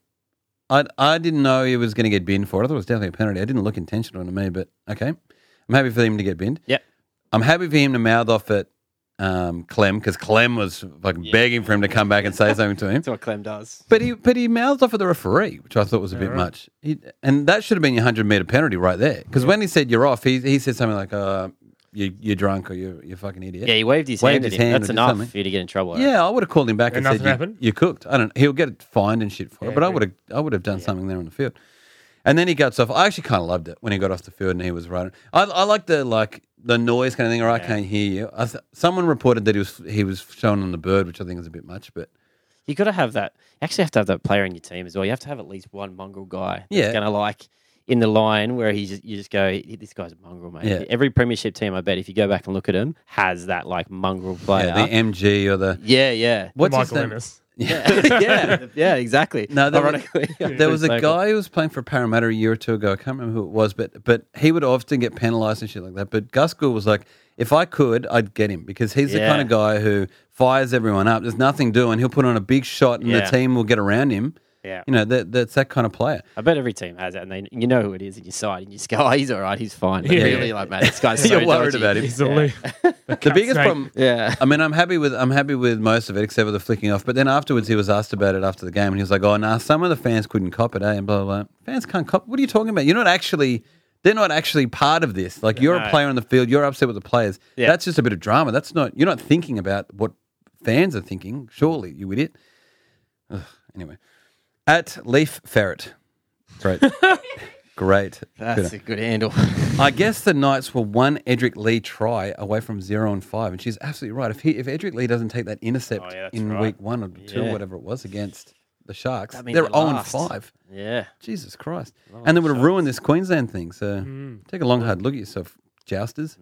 Speaker 1: I, I didn't know he was going to get binned for it. I thought it was definitely a penalty. I didn't look intentional to me, but okay. I'm happy for him to get binned.
Speaker 2: Yep.
Speaker 1: I'm happy for him to mouth off at um, Clem because Clem was fucking begging for him to come back and say something to
Speaker 2: [laughs]
Speaker 1: him.
Speaker 2: what Clem does.
Speaker 1: But he but he mouthed off at the referee, which I thought was a bit much. He, and that should have been your hundred meter penalty right there. Because when he said you're off, he he said something like, uh, you, you're drunk or you're, you're a fucking idiot.
Speaker 2: Yeah, he waved his
Speaker 1: Waved
Speaker 2: hand.
Speaker 1: his
Speaker 2: at him.
Speaker 1: hand
Speaker 2: That's
Speaker 1: or did
Speaker 2: enough
Speaker 1: something.
Speaker 2: for you to get in trouble. I reckon.
Speaker 1: Yeah, I would have called him back and,
Speaker 3: And nothing
Speaker 1: said,
Speaker 3: happened?
Speaker 1: you, "You cooked." I don't. He'll get fined and shit for it, but I would have. I would have done something there on the field. And then he gets off. I actually kind of loved it when he got off the field and he was running. I, I like the like the noise kind of thing. Or I can't hear you. I th- someone reported that he was he was shown on the bird, which I think is a bit much, but
Speaker 2: You got to have that. You actually have to have that player in your team as well. You have to have at least one mongrel guy. That's
Speaker 1: Yeah.
Speaker 2: going to like in the line where he just, you just go, "Hey, this guy's a mongrel, mate.
Speaker 1: Yeah.
Speaker 2: Every premiership team, I bet, if you go back and look at him, has that like mongrel player.
Speaker 1: yeah, the MG or the
Speaker 2: yeah, yeah.
Speaker 1: what's
Speaker 3: Oh, Michael
Speaker 1: his name? [laughs]
Speaker 3: Ennis.
Speaker 2: yeah, [laughs] yeah, exactly.
Speaker 1: No, there, was,
Speaker 2: ironically,
Speaker 1: [laughs] there was a
Speaker 2: Exactly.
Speaker 1: guy who was playing for Parramatta a year or two ago. I can't remember who it was, but but he would often get penalised and shit like that. But Gus Gould was like, if I could, I'd get him because he's the
Speaker 2: Yeah.
Speaker 1: kind of guy who fires everyone up. There's nothing doing. He'll put on a big shot, and
Speaker 2: Yeah.
Speaker 1: the team will get around him.
Speaker 2: Yeah.
Speaker 1: You know that that's that kind of player.
Speaker 2: I bet every team has that, and they, you know who it is in your side, and you just go, "Oh, he's all right, he's fine." But
Speaker 3: Yeah.
Speaker 2: really, like, man,
Speaker 1: [laughs]
Speaker 2: this guy's so
Speaker 1: You're worried
Speaker 2: dodgy.
Speaker 1: about
Speaker 2: [laughs]
Speaker 1: him.
Speaker 3: He's a loo-
Speaker 1: The biggest
Speaker 3: snake.
Speaker 1: problem.
Speaker 2: Yeah,
Speaker 1: I mean, I'm happy with I'm happy with most of it, except for the flicking off. But then afterwards, he was asked about it after the game, and he was like, "Oh, nah, some of the fans couldn't cop it, eh?" And blah blah. blah. Fans can't cop. What are you talking about? You're not actually. They're not actually part of this. Like you're a
Speaker 2: No.
Speaker 1: player on the field. You're upset with the players.
Speaker 2: Yeah.
Speaker 1: That's just a bit of drama. That's not. You're not thinking about what fans are thinking. Surely, you idiot. Ugh, anyway, at Leaf Ferret.
Speaker 2: [laughs]
Speaker 1: Great. Great.
Speaker 2: that's a good [laughs] handle.
Speaker 1: I guess the Knights were one Edric Lee try away from zero and five, and she's absolutely right. If he, if Edric Lee doesn't take that intercept
Speaker 2: Oh, yeah, that's
Speaker 1: in
Speaker 2: right.
Speaker 1: week one or two,
Speaker 2: Yeah.
Speaker 1: whatever it was, against the Sharks,
Speaker 2: That means
Speaker 1: they're
Speaker 2: they're
Speaker 1: zero and
Speaker 2: last.
Speaker 1: five.
Speaker 2: yeah,
Speaker 1: Jesus Christ! and they would have ruined this Queensland thing. So
Speaker 2: Hmm.
Speaker 1: take a long hard look at yourself, jousters.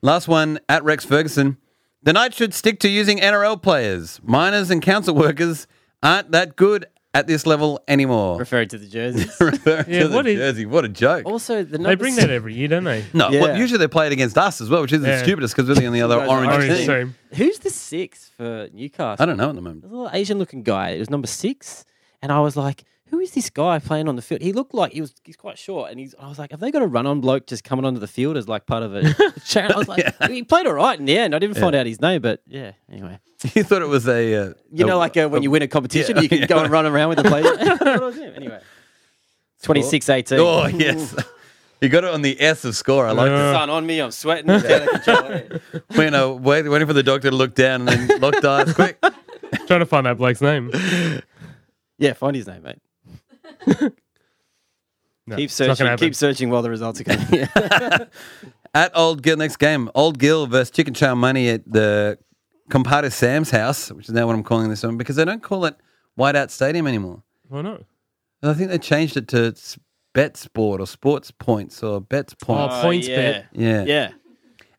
Speaker 1: Last one at Rex Ferguson. The Knights should stick to using NRL players. Miners and council workers aren't that good at this level anymore.
Speaker 2: referring to the jerseys.
Speaker 1: [laughs] Refer to
Speaker 3: Yeah,
Speaker 1: the
Speaker 3: what is-
Speaker 1: jersey. What a joke.
Speaker 2: also, the
Speaker 3: They bring that every year, don't they?
Speaker 1: [laughs] No,
Speaker 2: Yeah.
Speaker 1: well, usually they play it against us as well, which is the
Speaker 3: Yeah.
Speaker 1: stupidest because we're the only other
Speaker 2: Guys are
Speaker 1: orange,
Speaker 3: Orange
Speaker 1: team.
Speaker 3: team.
Speaker 2: Who's the six for Newcastle?
Speaker 1: I don't know at the moment. [laughs]
Speaker 2: There's a little Asian looking guy. It was number six. And I was like, who is this guy playing on the field? He looked like he was he's quite short. And he's I was like, have they got a run on bloke just coming onto the field as like part of [laughs] a channel? I was like, he played all right in the end. I didn't find out his name, but yeah, anyway.
Speaker 1: you thought it was a, uh,
Speaker 2: You know, like uh, when you win a competition, you can go and run around with the player. [laughs] I thought it was him. anyway. 26
Speaker 1: [laughs]
Speaker 2: 18. [laughs]
Speaker 1: oh yes, you got it on the S of score. I like
Speaker 3: Yeah.
Speaker 2: Sun on me, I'm sweating. It's [laughs] out of control.
Speaker 1: that. When uh, wait, waiting for the doctor to look down and
Speaker 2: [laughs]
Speaker 1: then locked eyes quick.
Speaker 3: Trying to find that
Speaker 1: [laughs]
Speaker 3: bloke's name.
Speaker 2: yeah, find his name, mate.
Speaker 3: No,
Speaker 2: Keep
Speaker 3: it's not gonna
Speaker 2: searching.
Speaker 3: happen.
Speaker 2: Keep searching while the results are coming. [laughs] Yeah.
Speaker 1: At Old Gill next game, Old Gill versus Chicken Chow Money at the Compadre Sam's house, which is now what I'm calling this one because they don't call it Whiteout Stadium anymore.
Speaker 3: Why not?
Speaker 1: I think they changed it to S- Bet Sport or Sports Points or Bets Points.
Speaker 3: Oh, points
Speaker 2: yeah.
Speaker 3: bet.
Speaker 1: yeah,
Speaker 2: Yeah.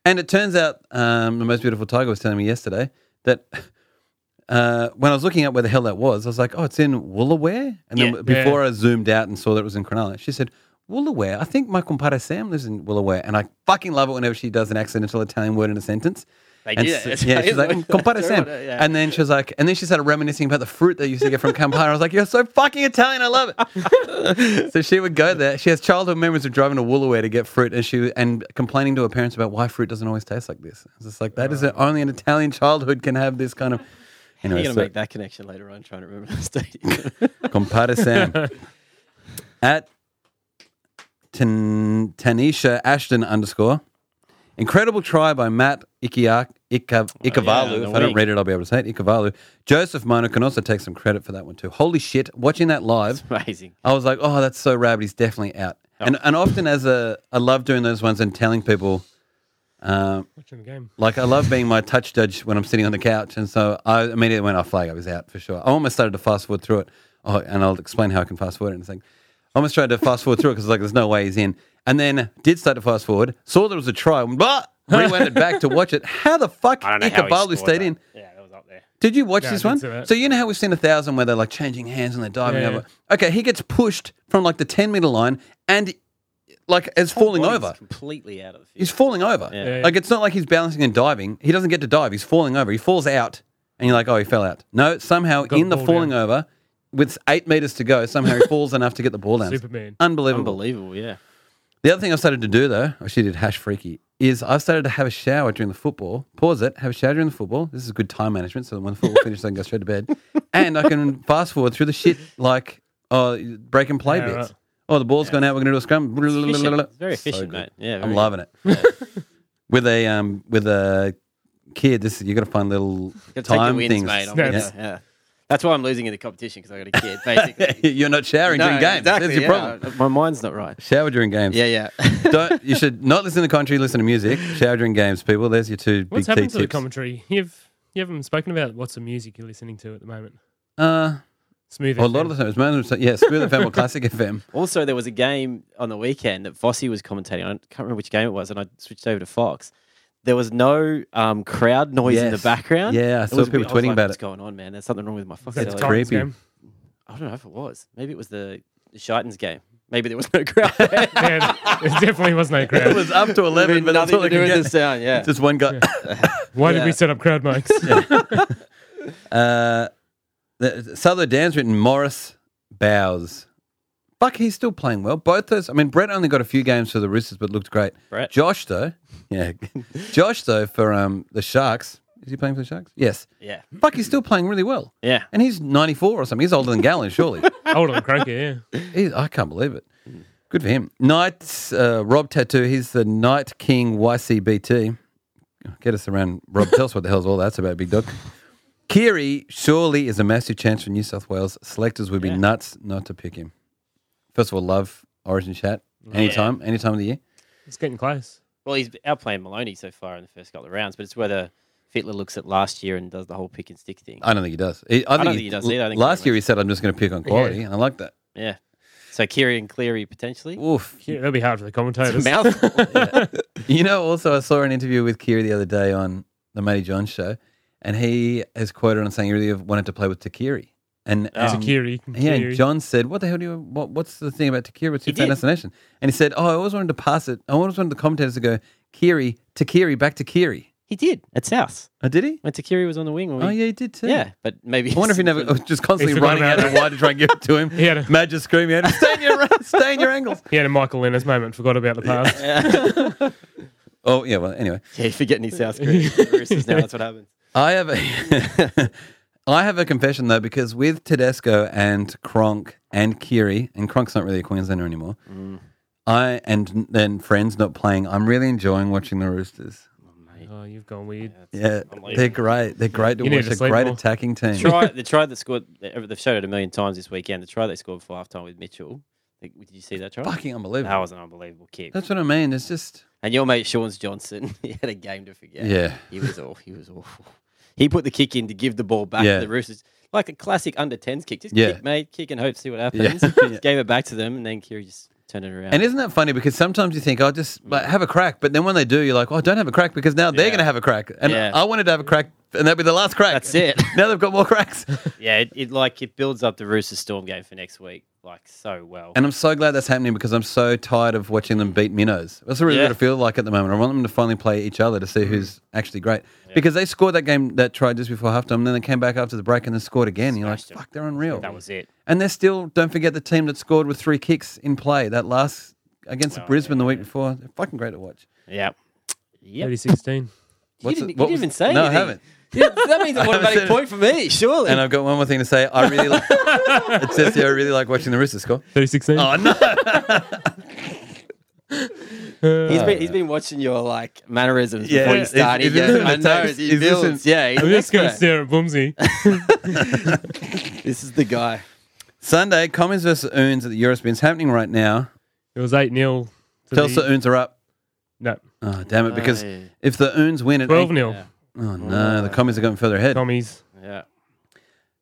Speaker 1: And it turns out um, the most beautiful tiger was telling me yesterday that [laughs] uh, when I was looking up where the hell that was, I was like, "Oh, it's in Woolaware." And then
Speaker 2: Yeah.
Speaker 1: before I zoomed out and saw that it was in Cronulla, she said, "Woolaware." I think my compadre Sam lives in Woolaware, and I fucking love it whenever she does an accidental Italian word in a sentence.
Speaker 2: They
Speaker 1: And
Speaker 2: do
Speaker 1: s-
Speaker 2: that. It's
Speaker 1: yeah, she's like,
Speaker 2: amazing.
Speaker 1: "Mm, compadre
Speaker 2: That's
Speaker 1: Sam.
Speaker 2: right, yeah.
Speaker 1: And then she was like, and then she started reminiscing about the fruit they used to get from Campari. I was like, you're so fucking Italian. I love it. so she would go there. She has childhood memories of driving to Woolaware to get fruit and she and complaining to her parents about why fruit doesn't always taste like this. It's just like, that is a, only an Italian childhood can have this kind of.
Speaker 2: You're
Speaker 1: Anyway,
Speaker 2: gonna
Speaker 1: so-
Speaker 2: make that connection later on, trying to remember the [laughs] stadium.
Speaker 1: Compadre
Speaker 2: [laughs]
Speaker 1: Sam. At Tan- Tanisha Ashton underscore. Incredible try by Matt Ikiak, Ika, Ikavalu.
Speaker 2: on Oh, the
Speaker 1: if I don't
Speaker 2: wing.
Speaker 1: read it, I'll be able to say it. Ikavalu. Joseph Mona can also take some credit for that one too. Holy shit. Watching that live,
Speaker 2: Amazing.
Speaker 1: I was like, oh, that's so rabid. He's definitely out. And, and often as a, I love doing those ones and telling people, um,
Speaker 3: Watching the game.
Speaker 1: like I love being my touch judge when I'm sitting on the couch, and so I immediately went, "Oh, flag, I was out for sure." I almost started to fast forward through it. Oh, and I'll explain how I can fast forward it in a second. I almost tried to fast forward through it because like there's no way he's in, and then did start to fast forward, saw there was a try, and blah,
Speaker 2: [laughs]
Speaker 1: rewound it back to watch it. How the fuck
Speaker 2: I don't know how he
Speaker 1: Ikebalu
Speaker 2: scored
Speaker 1: stayed
Speaker 2: that.
Speaker 1: in?
Speaker 2: Yeah, that was up there.
Speaker 1: Did you watch
Speaker 3: Yeah, I
Speaker 1: this
Speaker 3: did
Speaker 1: one?
Speaker 3: see that.
Speaker 1: So you know how we've seen a thousand where they're like changing hands and they're diving
Speaker 3: Yeah,
Speaker 1: over. Okay, he gets pushed from like the ten meter line and like is falling
Speaker 2: Body's
Speaker 1: over.
Speaker 2: completely out of the field.
Speaker 1: He's falling over.
Speaker 2: Yeah.
Speaker 3: Yeah.
Speaker 1: Like it's not like he's balancing and diving. He doesn't get to dive. He's falling over. He falls out, and you're like, oh, he fell out. No, somehow
Speaker 3: Got
Speaker 1: in
Speaker 3: the
Speaker 1: the
Speaker 3: ball
Speaker 1: falling
Speaker 3: down.
Speaker 1: over, with eight meters to go, somehow he falls [laughs] enough to get the ball down.
Speaker 3: Superman.
Speaker 1: Unbelievable.
Speaker 2: Unbelievable. Yeah.
Speaker 1: The other thing I've started to do though, I actually did hash freaky, is I've started to have a shower during the football. Pause it, have a shower during the football. This is good time management. So when the football finishes, I can go straight to
Speaker 2: [laughs]
Speaker 1: bed, and I can fast forward through the shit like oh break and play
Speaker 3: Yeah,
Speaker 1: bits.
Speaker 3: right.
Speaker 1: Oh, the ball's gone out. We're gonna do a scrum.
Speaker 2: Efficient. It's very
Speaker 1: So
Speaker 2: efficient,
Speaker 1: good.
Speaker 2: mate. Yeah.
Speaker 1: I'm
Speaker 2: very
Speaker 1: loving it. [laughs] with a um with a kid. This you got to find little
Speaker 2: Gotta take
Speaker 1: time
Speaker 2: your wins,
Speaker 1: things.
Speaker 2: mate. I'm
Speaker 3: Yeah.
Speaker 2: with ya, yeah. That's why I'm losing in the competition because I got a kid, basically.
Speaker 1: [laughs] You're not showering during games.
Speaker 2: exactly,
Speaker 1: That's your
Speaker 2: yeah.
Speaker 1: problem.
Speaker 2: My mind's not
Speaker 1: [laughs]
Speaker 2: right.
Speaker 1: Shower during games.
Speaker 2: Yeah, yeah. [laughs]
Speaker 1: Don't, you should not listen to country, listen to music. Shower during games, people. There's your two big
Speaker 3: What's happened
Speaker 1: T
Speaker 3: to the
Speaker 1: tips.
Speaker 3: commentary? You've you haven't spoken about what's the music you're listening to at the moment.
Speaker 1: uh,
Speaker 3: Smooth.
Speaker 1: well, a lot of the time, it's mostly- yeah, Smooth FM or Classic
Speaker 2: [laughs]
Speaker 1: FM.
Speaker 2: Also, there was a game on the weekend that Vossi was commentating. on. I can't remember which game it was, and I switched over to Fox. There was no um, crowd noise in the
Speaker 1: Yes.
Speaker 2: background.
Speaker 1: Yeah, I
Speaker 2: It
Speaker 1: saw
Speaker 2: was
Speaker 1: people
Speaker 2: weird. I was
Speaker 1: tweeting
Speaker 2: like,
Speaker 1: about
Speaker 2: What's
Speaker 1: it."
Speaker 2: going on, man? There's something wrong with my Fox.
Speaker 1: That's
Speaker 2: That's
Speaker 1: great.
Speaker 2: I
Speaker 1: creepy.
Speaker 2: don't know if it was. Maybe it was the, the Shitans game. Maybe there was no crowd.
Speaker 1: [laughs]
Speaker 2: there.
Speaker 3: yeah, [laughs] it definitely was no crowd.
Speaker 1: It was
Speaker 2: [laughs]
Speaker 1: up to eleven, but that's
Speaker 2: nothing
Speaker 1: all
Speaker 2: to
Speaker 1: I
Speaker 2: do
Speaker 1: could
Speaker 2: with
Speaker 1: get.
Speaker 2: the sound. Yeah.
Speaker 1: [laughs] Just one guy.
Speaker 3: Why did
Speaker 2: Yeah.
Speaker 3: we set up
Speaker 1: [laughs]
Speaker 3: crowd mics?
Speaker 1: Uh, the Southern Dan's written Morris Bowes. Fuck, he's still playing well. Both those. I mean, Brett only got a few games for the Roosters, but looked great.
Speaker 2: Brett.
Speaker 1: Josh though, yeah, [laughs] Josh though for um the Sharks. Is he playing for the Sharks? Yes.
Speaker 2: yeah.
Speaker 1: Fuck, he's still playing really well.
Speaker 2: Yeah.
Speaker 1: And he's 94 or something. He's older than Gallon,
Speaker 2: [laughs]
Speaker 1: surely.
Speaker 3: Older than Croker, yeah.
Speaker 1: He's, I can't believe it. Good for him. Knights, uh, Rob Tattoo. He's the Knight King YCBT. Get us around, Rob. tell us what the hell's all that's about, big dog. Kiri surely is a massive chance for New South Wales. Selectors would be nuts not to pick him. First of all, love Origin chat. Anytime, any time of the year.
Speaker 3: It's getting close.
Speaker 2: Well, he's outplaying Maloney so far in the first couple of rounds, but it's whether Fitler looks at last year and does the whole pick and stick thing.
Speaker 1: I don't think he does. He, I,
Speaker 2: don't think he does either. I think
Speaker 1: last
Speaker 2: pretty
Speaker 1: year he said, "I'm just going to pick on quality," and I like that.
Speaker 2: yeah. So Kiri and Cleary potentially.
Speaker 1: Oof.
Speaker 3: Yeah, that'll be hard for the commentators.
Speaker 2: Mouth.
Speaker 3: [laughs]
Speaker 1: You know, also I saw an interview with Kiri the other day on the Matty John show, and he is quoted on saying he really wanted to play with Oh. Takiri. And, and-
Speaker 3: Kiri.
Speaker 1: yeah, and
Speaker 3: Kiri.
Speaker 1: John said, "What the hell do you? What, what's the thing about Takiri? What's your
Speaker 2: He did.
Speaker 1: fascination?" And he said, "Oh, I always wanted to pass it. I always wanted the commentators to go Kiri, Takiri, back to Kiri."
Speaker 2: he did at South.
Speaker 1: Oh, did he?
Speaker 2: When Takiri was on the wing. When
Speaker 1: Oh
Speaker 2: we-
Speaker 1: yeah, he did too.
Speaker 2: Yeah, but
Speaker 1: I
Speaker 2: maybe.
Speaker 1: wonder if he never was [laughs] just constantly
Speaker 3: forgot
Speaker 1: running out
Speaker 3: about
Speaker 1: of the wide to try and give it to [laughs] him.
Speaker 3: had a-
Speaker 1: Madge is screaming at him, "Stay in your, [laughs] stay in your angles."
Speaker 3: He had a Michael Innes moment, forgot about the
Speaker 1: [laughs]
Speaker 3: past.
Speaker 1: Oh yeah, well anyway,
Speaker 2: [laughs] Yeah, you're forgetting
Speaker 1: [laughs]
Speaker 2: his South Korean roosters now. That's what happens.
Speaker 1: I have a [laughs] I have a confession though because with Tedesco and Kronk and Kiri and Kronk's not really a Queenslander anymore.
Speaker 2: Mm.
Speaker 1: I and then friends not playing. I'm really enjoying watching the Roosters.
Speaker 3: Oh, you've gone weird.
Speaker 1: Yeah,
Speaker 2: unbelievable.
Speaker 1: they're great. They're great to
Speaker 3: You need
Speaker 1: watch.
Speaker 3: to
Speaker 1: They're
Speaker 3: sleep
Speaker 1: great
Speaker 3: more.
Speaker 1: attacking team.
Speaker 2: try the try that scored. They've showed it a million times this weekend. The try they scored for halftime with Mitchell. Did you see that try?
Speaker 1: Fucking unbelievable.
Speaker 2: That was an unbelievable kick.
Speaker 1: That's what I mean. It's just
Speaker 2: And your mate Sean's Johnson, [laughs] he had a game to forget.
Speaker 1: Yeah.
Speaker 2: He was awful. He was awful. He put the kick in to give the ball back
Speaker 1: Yeah.
Speaker 2: to the Roosters. Like a classic under 10s kick. Just
Speaker 1: Yeah.
Speaker 2: kick, mate, kick and hope, see what [laughs] happens.
Speaker 1: [laughs] Yeah.
Speaker 2: Gave it back to them, and then Kiri just turned it around.
Speaker 1: and isn't that funny because sometimes you think, oh, just like, have a crack, but then when they do, you're like, oh, don't have a crack because now they're
Speaker 2: Mm. Yeah.
Speaker 1: going to have a crack, and
Speaker 2: Yeah.
Speaker 1: I wanted to have a crack, and that'd be the last crack.
Speaker 2: That's it.
Speaker 1: [laughs] now they've got more
Speaker 2: [laughs]
Speaker 1: cracks.
Speaker 2: yeah, it, it like it builds up the Roosters Storm game for next week, like so well.
Speaker 1: And I'm so glad that's happening because I'm so tired of watching them beat minnows. That's really
Speaker 2: Yeah. Mm.
Speaker 1: what I feel like at the moment. I want them to finally play each other to see who's actually great. Because they scored that game, that try just before halftime, and then they came back after the break and then scored again. You're like,
Speaker 2: Smashed 'em.
Speaker 1: fuck, they're unreal.
Speaker 2: that was it.
Speaker 1: and they're still, don't forget the team that scored with three kicks in play that last against the Brisbane the week before. They're fucking great to watch.
Speaker 2: Yeah. Yeah.
Speaker 3: 2016.
Speaker 2: You
Speaker 1: What's
Speaker 2: didn't,
Speaker 1: it-
Speaker 2: you
Speaker 1: what
Speaker 2: didn't
Speaker 1: was-
Speaker 2: even say
Speaker 1: No, I
Speaker 2: anything.
Speaker 1: haven't.
Speaker 2: Yeah, that
Speaker 1: [laughs]
Speaker 2: means an
Speaker 1: said
Speaker 2: automatic
Speaker 1: it.
Speaker 2: point for me, surely.
Speaker 1: And I've got one more thing to say. I really
Speaker 2: [laughs]
Speaker 1: like, it says here, I really like watching the Roosters score.
Speaker 3: 2016.
Speaker 1: Oh,
Speaker 3: [laughs]
Speaker 1: no.
Speaker 3: Uh,
Speaker 2: He's been, he's been watching your like mannerisms
Speaker 1: Yeah,
Speaker 2: before you
Speaker 1: he's-
Speaker 2: start. He
Speaker 1: he's
Speaker 2: goes,
Speaker 1: listening
Speaker 2: I
Speaker 1: to
Speaker 2: know,
Speaker 1: tapes.
Speaker 2: he
Speaker 1: He's
Speaker 2: builds.
Speaker 1: listening-
Speaker 2: Yeah, he's
Speaker 3: I'm
Speaker 2: an
Speaker 3: just going to
Speaker 2: expert.
Speaker 3: stare at
Speaker 1: [laughs]
Speaker 3: Boomsy.
Speaker 2: This is the guy.
Speaker 1: Sunday, Commons versus Oons at the Eurospin's happening right now.
Speaker 3: It was 8 0.
Speaker 1: Tell us the Oons are up.
Speaker 3: No,
Speaker 1: Oh, damn it. Because
Speaker 2: yeah.
Speaker 1: if the Oons win at
Speaker 3: 12 0.
Speaker 2: Yeah.
Speaker 1: Oh, no. The commies are going further ahead.
Speaker 3: Commies.
Speaker 2: Yeah.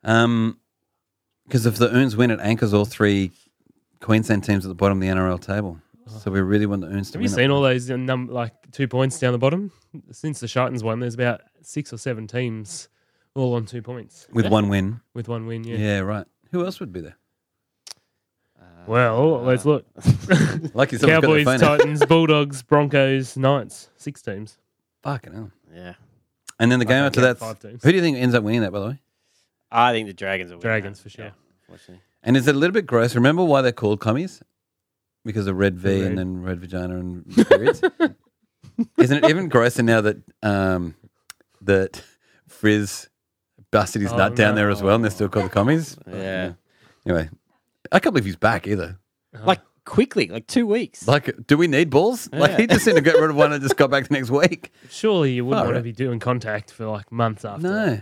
Speaker 1: Um, Because if the Oons win, it anchors all three Queensland teams at the bottom of the NRL table. So we really want the Oons to
Speaker 3: Oh. Have
Speaker 1: win.
Speaker 3: you
Speaker 1: it.
Speaker 3: seen all those uh, num- like two points down the bottom? Since the Shitans won, there's about six or seven teams all on two points
Speaker 1: With one win.
Speaker 3: with one win.
Speaker 1: Yeah.
Speaker 3: Yeah.
Speaker 1: right. Who else would be there?
Speaker 3: Well, let's look.
Speaker 1: Lucky someone's got
Speaker 3: Cowboys,
Speaker 1: their phone out.
Speaker 3: Titans, Bulldogs, Broncos, Knights. Six teams.
Speaker 1: Fucking hell.
Speaker 2: Yeah.
Speaker 1: And then the game
Speaker 3: can't
Speaker 1: after
Speaker 3: count
Speaker 1: that,
Speaker 3: five teams.
Speaker 1: who do you think ends up winning that, by the way?
Speaker 2: I think the Dragons will win.
Speaker 3: Dragons
Speaker 2: that.
Speaker 3: for sure.
Speaker 2: Yeah, unfortunately.
Speaker 1: And is it a little bit gross? Remember why they're called commies? Because of red V
Speaker 3: Red.
Speaker 1: and then red vagina and
Speaker 3: [laughs]
Speaker 1: periods. Isn't it even grosser now that um, that Frizz busted his
Speaker 3: Oh,
Speaker 1: nut down
Speaker 3: no.
Speaker 1: there as well, and they're still called the commies?
Speaker 2: Yeah.
Speaker 1: Anyway, I can't believe he's back either.
Speaker 2: Like quickly, like two weeks.
Speaker 1: Like, do we need balls? Like, he just seemed to get rid of one and just got back the next week.
Speaker 3: Surely you wouldn't
Speaker 1: Oh,
Speaker 3: want
Speaker 1: right.
Speaker 3: to be doing contact for like months [laughs] after.
Speaker 1: No.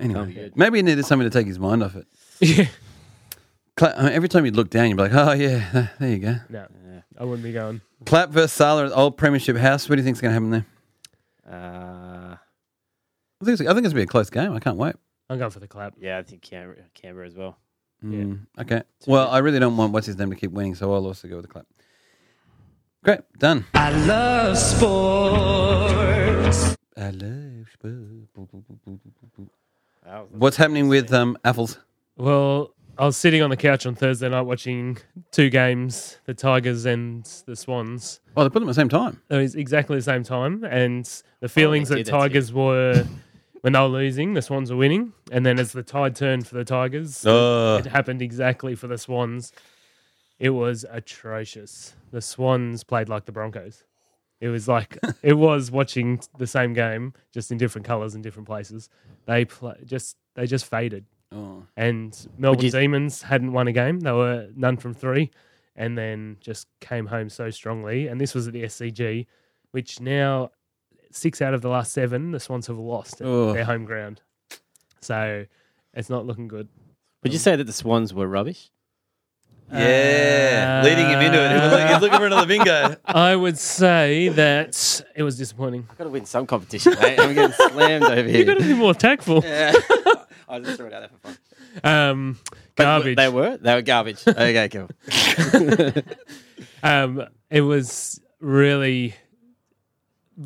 Speaker 1: Anyway, maybe he needed something to take his mind off it.
Speaker 3: [laughs] Yeah.
Speaker 1: Cla- I mean, every time you'd look down, you'd be like, oh, yeah, [laughs] there you go.
Speaker 3: No, I wouldn't be going.
Speaker 1: Clap versus Sala at the old Premiership House. What do you think's going to happen there?
Speaker 2: Uh,
Speaker 1: I think, it's, I think it's going to be a close game. I can't wait.
Speaker 3: I'm going for the clap.
Speaker 2: yeah, I think Canberra, Canberra as well.
Speaker 1: Mm, Okay. Well, I really don't want what's his name to keep winning, so I'll also go with the clap. Great. Done. I love sports. I love sports.
Speaker 2: That was-
Speaker 1: What's happening with um, Apples?
Speaker 3: Well, I was sitting on the couch on Thursday night watching two games, the Tigers and the Swans.
Speaker 1: Oh, they put them at the same time.
Speaker 3: It was exactly the same time, and the feelings
Speaker 2: did
Speaker 3: that
Speaker 2: that to you.
Speaker 3: Tigers were when they were losing, the Swans were winning, and then as the tide turned for the Tigers,
Speaker 1: Uh,
Speaker 3: it happened exactly for the Swans. It was atrocious. The Swans played like the Broncos. It was like it was watching the same game, just in different colours and different places. They pla just they just faded.
Speaker 1: oh.
Speaker 3: And Melbourne
Speaker 2: you-
Speaker 3: Demons hadn't won a game; they were none from three, and then just came home so strongly. And this was at the SCG, which now six out of the last seven the Swans have lost at
Speaker 1: Oh.
Speaker 3: their home ground. So it's not looking good. Hmm.
Speaker 2: Would you say that the Swans were rubbish?
Speaker 1: Yeah. Leading him into it. He was like, he's looking for another [laughs] bingo.
Speaker 3: Uh, [laughs] I would say that it was
Speaker 1: [laughs]
Speaker 3: disappointing.
Speaker 2: I've got to win some competition, mate. I'm [laughs] getting slammed over
Speaker 3: You got to
Speaker 2: here.
Speaker 3: be more tactful.
Speaker 2: I just threw it out there for fun.
Speaker 3: Um, garbage.
Speaker 2: They were? They were [laughs] garbage. Okay, cool.
Speaker 3: Um, it was really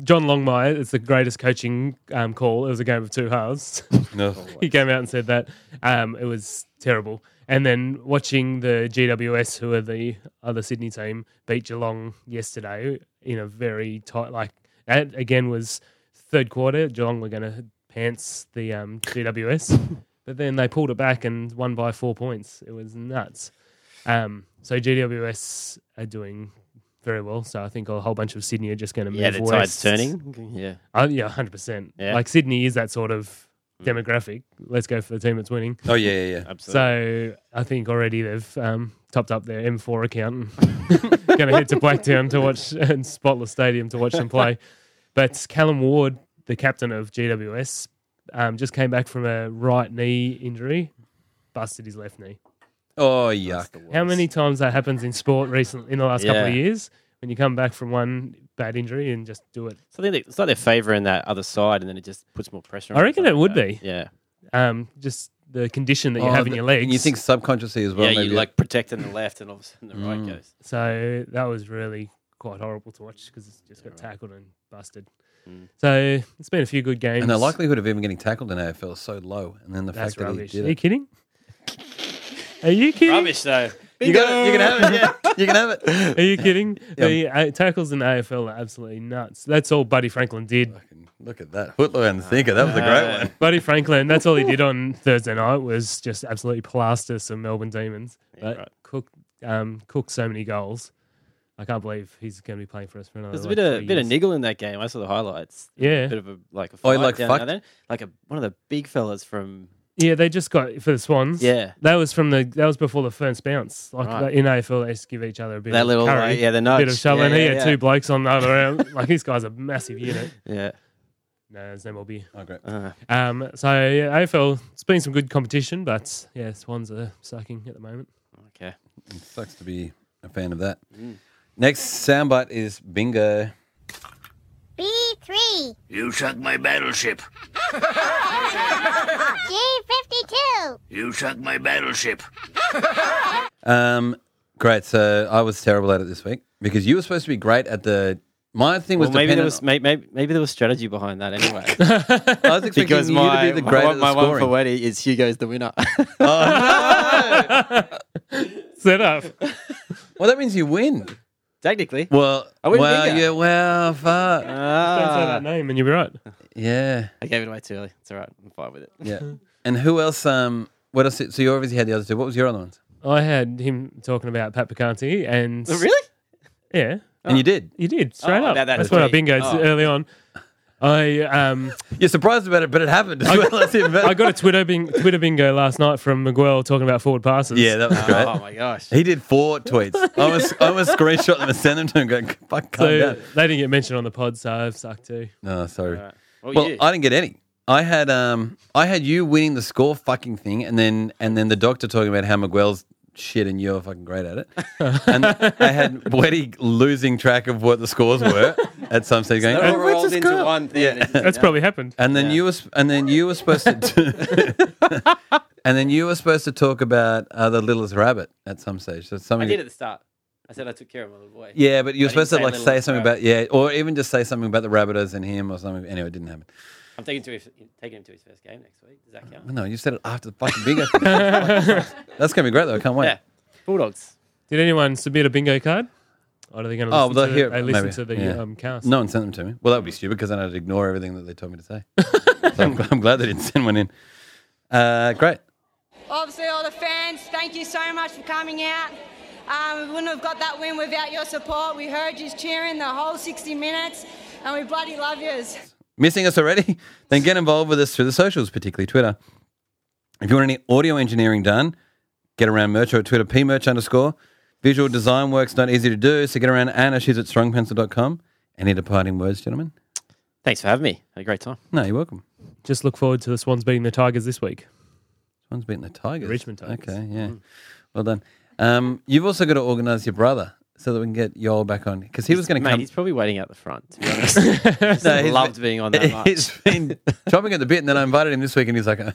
Speaker 3: John Longmire. It's the greatest coaching um, call. It was a game of two halves. [laughs] he came out and said that um, it was terrible. And then watching the GWS, who are the other Sydney team, beat Geelong yesterday in a very tight, like that again was third quarter. Geelong were going to pants the um,
Speaker 2: [laughs]
Speaker 3: GWS, but then they pulled it back and won by four points. It was nuts. Um, so GWS are doing very well. So I think a whole bunch of Sydney are just going to move
Speaker 2: Yeah, the tide's
Speaker 3: west.
Speaker 2: turning. Yeah.
Speaker 3: Uh, yeah, hundred percent.
Speaker 2: Yeah.
Speaker 3: Like Sydney is that sort of
Speaker 1: Hmm.
Speaker 3: demographic. Let's go for the team that's winning.
Speaker 1: Oh, yeah, yeah, yeah.
Speaker 2: Absolutely.
Speaker 3: So I think already they've um, topped up their M4 account.
Speaker 1: [laughs]
Speaker 3: and Going to head to Blacktown to watch [laughs] and Spotless Stadium to watch them play. But Callum Ward, the captain of GWS, um, just came back from a right knee injury, busted his left knee.
Speaker 1: Oh, yuck.
Speaker 3: How many times that happens in sport recently in the last couple of
Speaker 2: Yeah.
Speaker 3: years when you come back from one bad injury and just do it?
Speaker 2: So I think they- it's like they're favouring that other side, and then it just puts more pressure. on
Speaker 3: I reckon
Speaker 2: something
Speaker 3: it would
Speaker 2: like that.
Speaker 3: be.
Speaker 2: Yeah,
Speaker 3: Um, just the condition that you
Speaker 1: Oh,
Speaker 3: have in
Speaker 1: the-
Speaker 3: your legs.
Speaker 1: and you think subconsciously as well.
Speaker 2: yeah.
Speaker 1: maybe
Speaker 2: You like protecting the left, and all of a sudden the right goes.
Speaker 3: So that was really quite horrible to watch because it's just got tackled and busted.
Speaker 2: Mm.
Speaker 3: So it's been a few good games.
Speaker 1: And the likelihood of even getting tackled in AFL is so low. And then the
Speaker 3: That's
Speaker 1: fact
Speaker 3: rubbish.
Speaker 1: that he
Speaker 3: Are
Speaker 1: did
Speaker 3: you
Speaker 1: it.
Speaker 3: kidding? Are you kidding?
Speaker 2: Rubbish though.
Speaker 1: You, got it. You can have it. Yeah. [laughs] You can have it.
Speaker 3: Are you
Speaker 1: [laughs]
Speaker 3: kidding? The uh, tackles in the AFL are absolutely nuts. That's all Buddy Franklin did.
Speaker 1: [laughs] Look at that. Hootler and Thinker. That was a great one.
Speaker 3: Buddy Franklin, that's all he did on [laughs] Thursday night was just absolutely plaster some Melbourne Demons. But Cook um, cooked so many goals. I can't believe he's going to be playing for us for another.
Speaker 2: There's a
Speaker 3: like,
Speaker 2: bit of
Speaker 3: three
Speaker 2: bit of
Speaker 3: years.
Speaker 2: niggle in that game. I saw the highlights.
Speaker 3: Yeah.
Speaker 2: A [laughs] bit of a like
Speaker 1: Oh,
Speaker 2: a fight
Speaker 1: he, like,
Speaker 2: down
Speaker 1: fucked?
Speaker 2: there. like a one of the big fellas from
Speaker 3: Yeah, they just got for the Swans.
Speaker 2: Yeah.
Speaker 3: that was from the that was before the first bounce. Like
Speaker 2: Right.
Speaker 3: in AFL, they just give each other a bit
Speaker 2: That
Speaker 3: of
Speaker 2: little,
Speaker 3: curry,
Speaker 2: like, yeah, the
Speaker 3: bit of
Speaker 2: nudge.
Speaker 3: shovel,
Speaker 2: Yeah,
Speaker 3: and he
Speaker 2: yeah,
Speaker 3: had
Speaker 2: yeah.
Speaker 3: two blokes on the other end. [laughs] Like this guy's a massive
Speaker 2: [laughs]
Speaker 3: unit.
Speaker 2: yeah.
Speaker 3: No, there's no more beer.
Speaker 1: Oh, great.
Speaker 2: Uh-huh.
Speaker 3: Um, so yeah, AFL, it's been some good competition, but yeah, Swans are sucking at the moment. [laughs]
Speaker 2: Okay.
Speaker 1: Sucks to be a fan of that. Next soundbite is bingo.
Speaker 9: B3,
Speaker 6: You sunk my battleship.
Speaker 9: G52,
Speaker 6: You sunk my battleship.
Speaker 1: Um, great. So I was terrible at it this week because you were supposed to be great at the. My thing was
Speaker 2: Well, maybe there
Speaker 1: dependent.
Speaker 2: was may- maybe, maybe there was strategy behind that [laughs] anyway.
Speaker 1: [laughs] I was expecting
Speaker 2: because
Speaker 1: you
Speaker 2: my
Speaker 1: to be the
Speaker 2: my
Speaker 1: great
Speaker 2: one-
Speaker 1: at
Speaker 2: my
Speaker 1: the
Speaker 2: one for
Speaker 1: scoring.
Speaker 2: Weddy is Hugo's the winner. [laughs]
Speaker 3: Set
Speaker 2: [laughs]
Speaker 3: up.
Speaker 1: Well, that means you win.
Speaker 2: Technically.
Speaker 1: Well,
Speaker 2: I win
Speaker 1: well,
Speaker 2: bingo. Uh.
Speaker 1: yeah, well, fuck,
Speaker 3: Don't say that name, and you'll be right.
Speaker 1: yeah,
Speaker 2: I gave it away too early. It's all right. I'm fine with it.
Speaker 1: yeah. and who else? Um, what else? So you obviously had the other two. What was your other ones?
Speaker 3: I had him talking about Pat Picanti, and
Speaker 2: [laughs] Oh, Really?
Speaker 3: yeah,
Speaker 1: And you did.
Speaker 3: you did straight
Speaker 2: Oh,
Speaker 3: up.
Speaker 2: that- that
Speaker 3: That's
Speaker 2: is
Speaker 3: what I
Speaker 2: me.
Speaker 3: bingoed
Speaker 2: Oh.
Speaker 3: early on. I um,
Speaker 1: You're surprised about it, but it happened as well. That's even better.
Speaker 3: I got a Twitter, bing- Twitter bingo last night from Miguel talking about forward
Speaker 1: [laughs]
Speaker 3: passes.
Speaker 1: yeah, that was great.
Speaker 2: Oh my gosh.
Speaker 1: He did four tweets. I almost, I almost screenshot them and sent them to him going, fuck, calm
Speaker 3: So
Speaker 1: down.
Speaker 3: they didn't get mentioned on the pod, so I've sucked too.
Speaker 1: No, sorry.
Speaker 2: What were
Speaker 1: Well,
Speaker 2: you?
Speaker 1: I didn't get any. I had um, I had you winning the score fucking thing, and then and then the doctor talking about how Miguel's shit and you're fucking great at it. and I had Weddy losing track of what the scores were at some stage, going,
Speaker 2: They
Speaker 1: oh,
Speaker 2: were
Speaker 1: what's
Speaker 2: rolled
Speaker 1: the
Speaker 2: into
Speaker 1: score?"
Speaker 2: one thing.
Speaker 1: Yeah.
Speaker 3: That's probably happened.
Speaker 1: And then you were, sp- and then you were supposed to,
Speaker 2: [laughs]
Speaker 1: [laughs] and then you were supposed to talk about uh, the littlest rabbit at some stage. So
Speaker 2: I
Speaker 1: something.
Speaker 2: did at the start. I said I took care of my little boy.
Speaker 1: Yeah, but you were
Speaker 2: I didn't
Speaker 1: supposed to
Speaker 2: say
Speaker 1: like
Speaker 2: Little
Speaker 1: say
Speaker 2: Miss
Speaker 1: something about
Speaker 2: Rabbit.
Speaker 1: yeah, or even just say something about the Rabbitohs and him or something. Anyway, it didn't happen.
Speaker 2: I'm taking, to his, taking him to his first game next week. Does that count?
Speaker 1: No, you said it after the fucking bingo.
Speaker 3: [laughs]
Speaker 1: That's gonna be great though. I can't wait.
Speaker 2: Yeah. Bulldogs.
Speaker 3: Did anyone submit a bingo card? Or are they going to
Speaker 1: Oh,
Speaker 3: listen,
Speaker 1: they'll
Speaker 3: to,
Speaker 1: hear it,
Speaker 3: they listen
Speaker 1: maybe.
Speaker 3: to the
Speaker 1: Yeah.
Speaker 3: um, cast?
Speaker 1: No one sent them to me. Well, that would be stupid because then I'd ignore everything that they told me to
Speaker 3: [laughs]
Speaker 1: say. so I'm, I'm glad they didn't send one in. Uh, great.
Speaker 10: Obviously, all the fans, thank you so much for coming out. Um, we wouldn't have got that win without your support. We heard you cheering the whole 60 minutes, and we bloody love yous.
Speaker 1: Missing us already? [laughs] Then get involved with us through the socials, particularly Twitter. If you want any audio engineering done, get around merch or at Twitter, pmerch underscore. Visual design work's not easy to do, so get around Anna. She's at strongpencil.com. Any departing words, gentlemen?
Speaker 2: Thanks for having me. Had a great time.
Speaker 1: No, you're welcome.
Speaker 3: Just look forward to the Swans beating the Tigers this week.
Speaker 1: One's beating the Tigers.
Speaker 3: Richmond Tigers.
Speaker 1: Okay, yeah.
Speaker 2: Mm.
Speaker 1: Well done. Um, you've also got to organise your brother so that we can get Yol back on because he was going to
Speaker 2: Mate,
Speaker 1: come. [laughs]
Speaker 2: he's probably waiting out the front, to be honest.
Speaker 1: No, he's
Speaker 2: loved
Speaker 1: been-
Speaker 2: being on that
Speaker 1: [laughs]
Speaker 2: much.
Speaker 1: He's been chomping at the bit, and then I invited him this week, and he's like, [laughs] uh,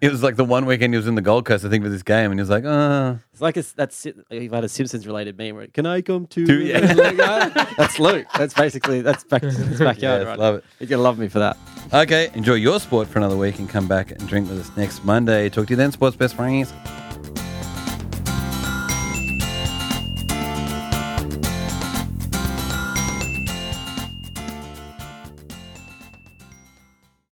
Speaker 1: it was like the one weekend he was in the Gold Coast, I think, with this game, and he was like, oh.
Speaker 2: [laughs] It's like it's, that's it. You've had a Simpsons related meme where can I come to?
Speaker 1: To- yeah. [laughs]
Speaker 2: that's Luke. That's basically that's back that's backyard.
Speaker 1: Yes,
Speaker 2: right?
Speaker 1: love it.
Speaker 2: He's gonna love me for that.
Speaker 1: Okay, enjoy your sport for another week, and come back and drink with us next Monday. Talk to you then, sports best friends.